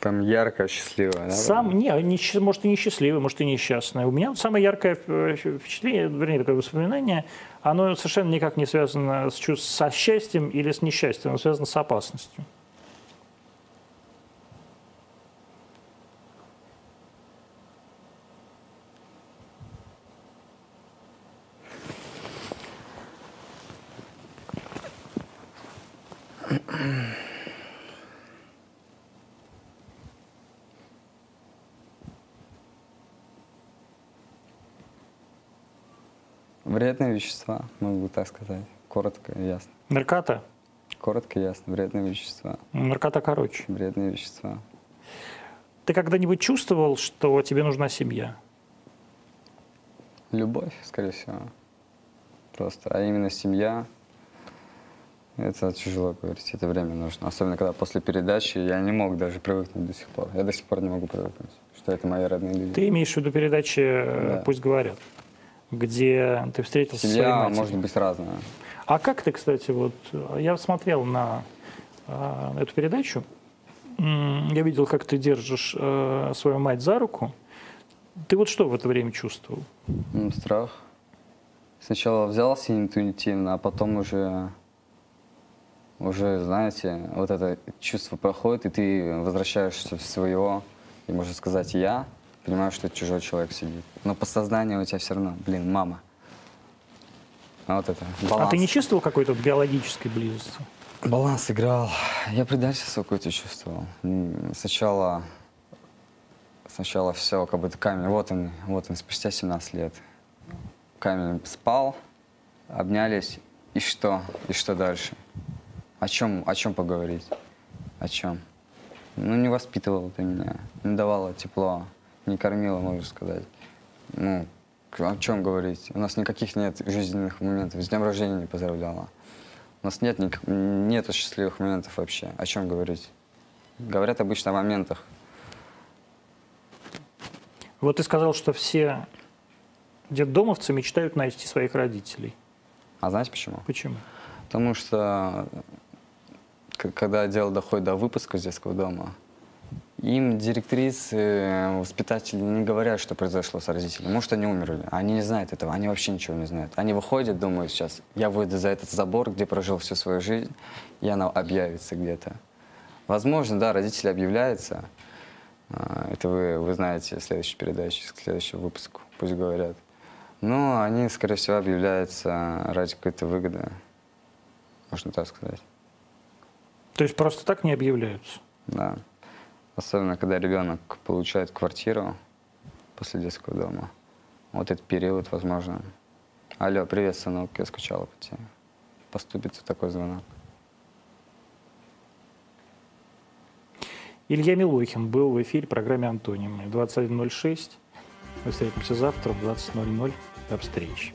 Там ярко, счастливо. да,
Сам,
прям?
не, не щ- может, и несчастливый, может, и несчастный. У меня вот самое яркое э, впечатление, вернее, такое воспоминание, оно совершенно никак не связано с чувств, со счастьем или с несчастьем, оно связано с опасностью.
Вредные вещества, могу так сказать. Коротко и ясно.
Наркота.
Коротко и ясно. Вредные вещества.
Наркота короче.
Вредные вещества.
Ты когда-нибудь чувствовал, что тебе нужна семья?
Любовь, скорее всего. Просто. А именно семья. Это тяжело говорить, это время нужно. Особенно, когда после передачи я не мог даже привыкнуть до сих пор. Я до сих пор не могу привыкнуть, что это мои родные люди.
Ты имеешь в виду передачи э,
Да.
«Пусть говорят», где ты встретился со своей
Семья
матерью.
может быть разная.
А как ты, кстати, вот э, я смотрел на э, эту передачу, М, я видел, как ты держишь э, свою мать за руку. Ты вот что в это время чувствовал?
М, Страх. Сначала взялся интуитивно, а потом уже, уже, знаете, вот это чувство проходит, и ты возвращаешься в своего, и можно сказать, я, понимаю, что чужой человек сидит. Но подсознание у тебя все равно, блин, мама. А вот это, баланс.
А ты не чувствовал какой-то биологической близости?
Баланс играл. Я предательство какое-то чувствовал. М, Сначала, сначала все, как будто камень, вот он, вот он, спустя 17 лет. камень спал, обнялись, и что? И что дальше? О чем, о чем поговорить? О чем? Ну, не воспитывала ты меня, не давала тепло, не кормила, можно сказать. Ну, к- о чем говорить? У нас никаких нет жизненных моментов. С днем рождения не поздравляла. У нас нет ник- нету счастливых моментов вообще. О чем говорить? Говорят обычно о моментах.
Вот ты сказал, что все детдомовцы мечтают найти своих родителей.
А знаете почему?
Почему?
Потому что к- когда дело доходит до выпуска из детского дома, им директрисы, э, воспитатели не говорят, что произошло с родителями. Может, они умерли. Они не знают этого, они вообще ничего не знают. Они выходят, думают сейчас, я выйду за этот забор, где прожил всю свою жизнь, и она объявится где-то. Возможно, да, родители объявляются. А, Это вы, вы знаете в следующей передаче, в следующем выпуску, пусть говорят. Но они, скорее всего, объявляются ради какой-то выгоды. Можно так сказать.
То есть просто так не объявляются.
Да. Особенно, когда ребенок получает квартиру после детского дома. Вот этот период, возможно. Алло, привет, сынок, я скучала по тебе. Поступится такой звонок.
Илья Милохин был в эфире программе «Антонимы» в 21.06. Мы встретимся завтра в 20.00. До встречи.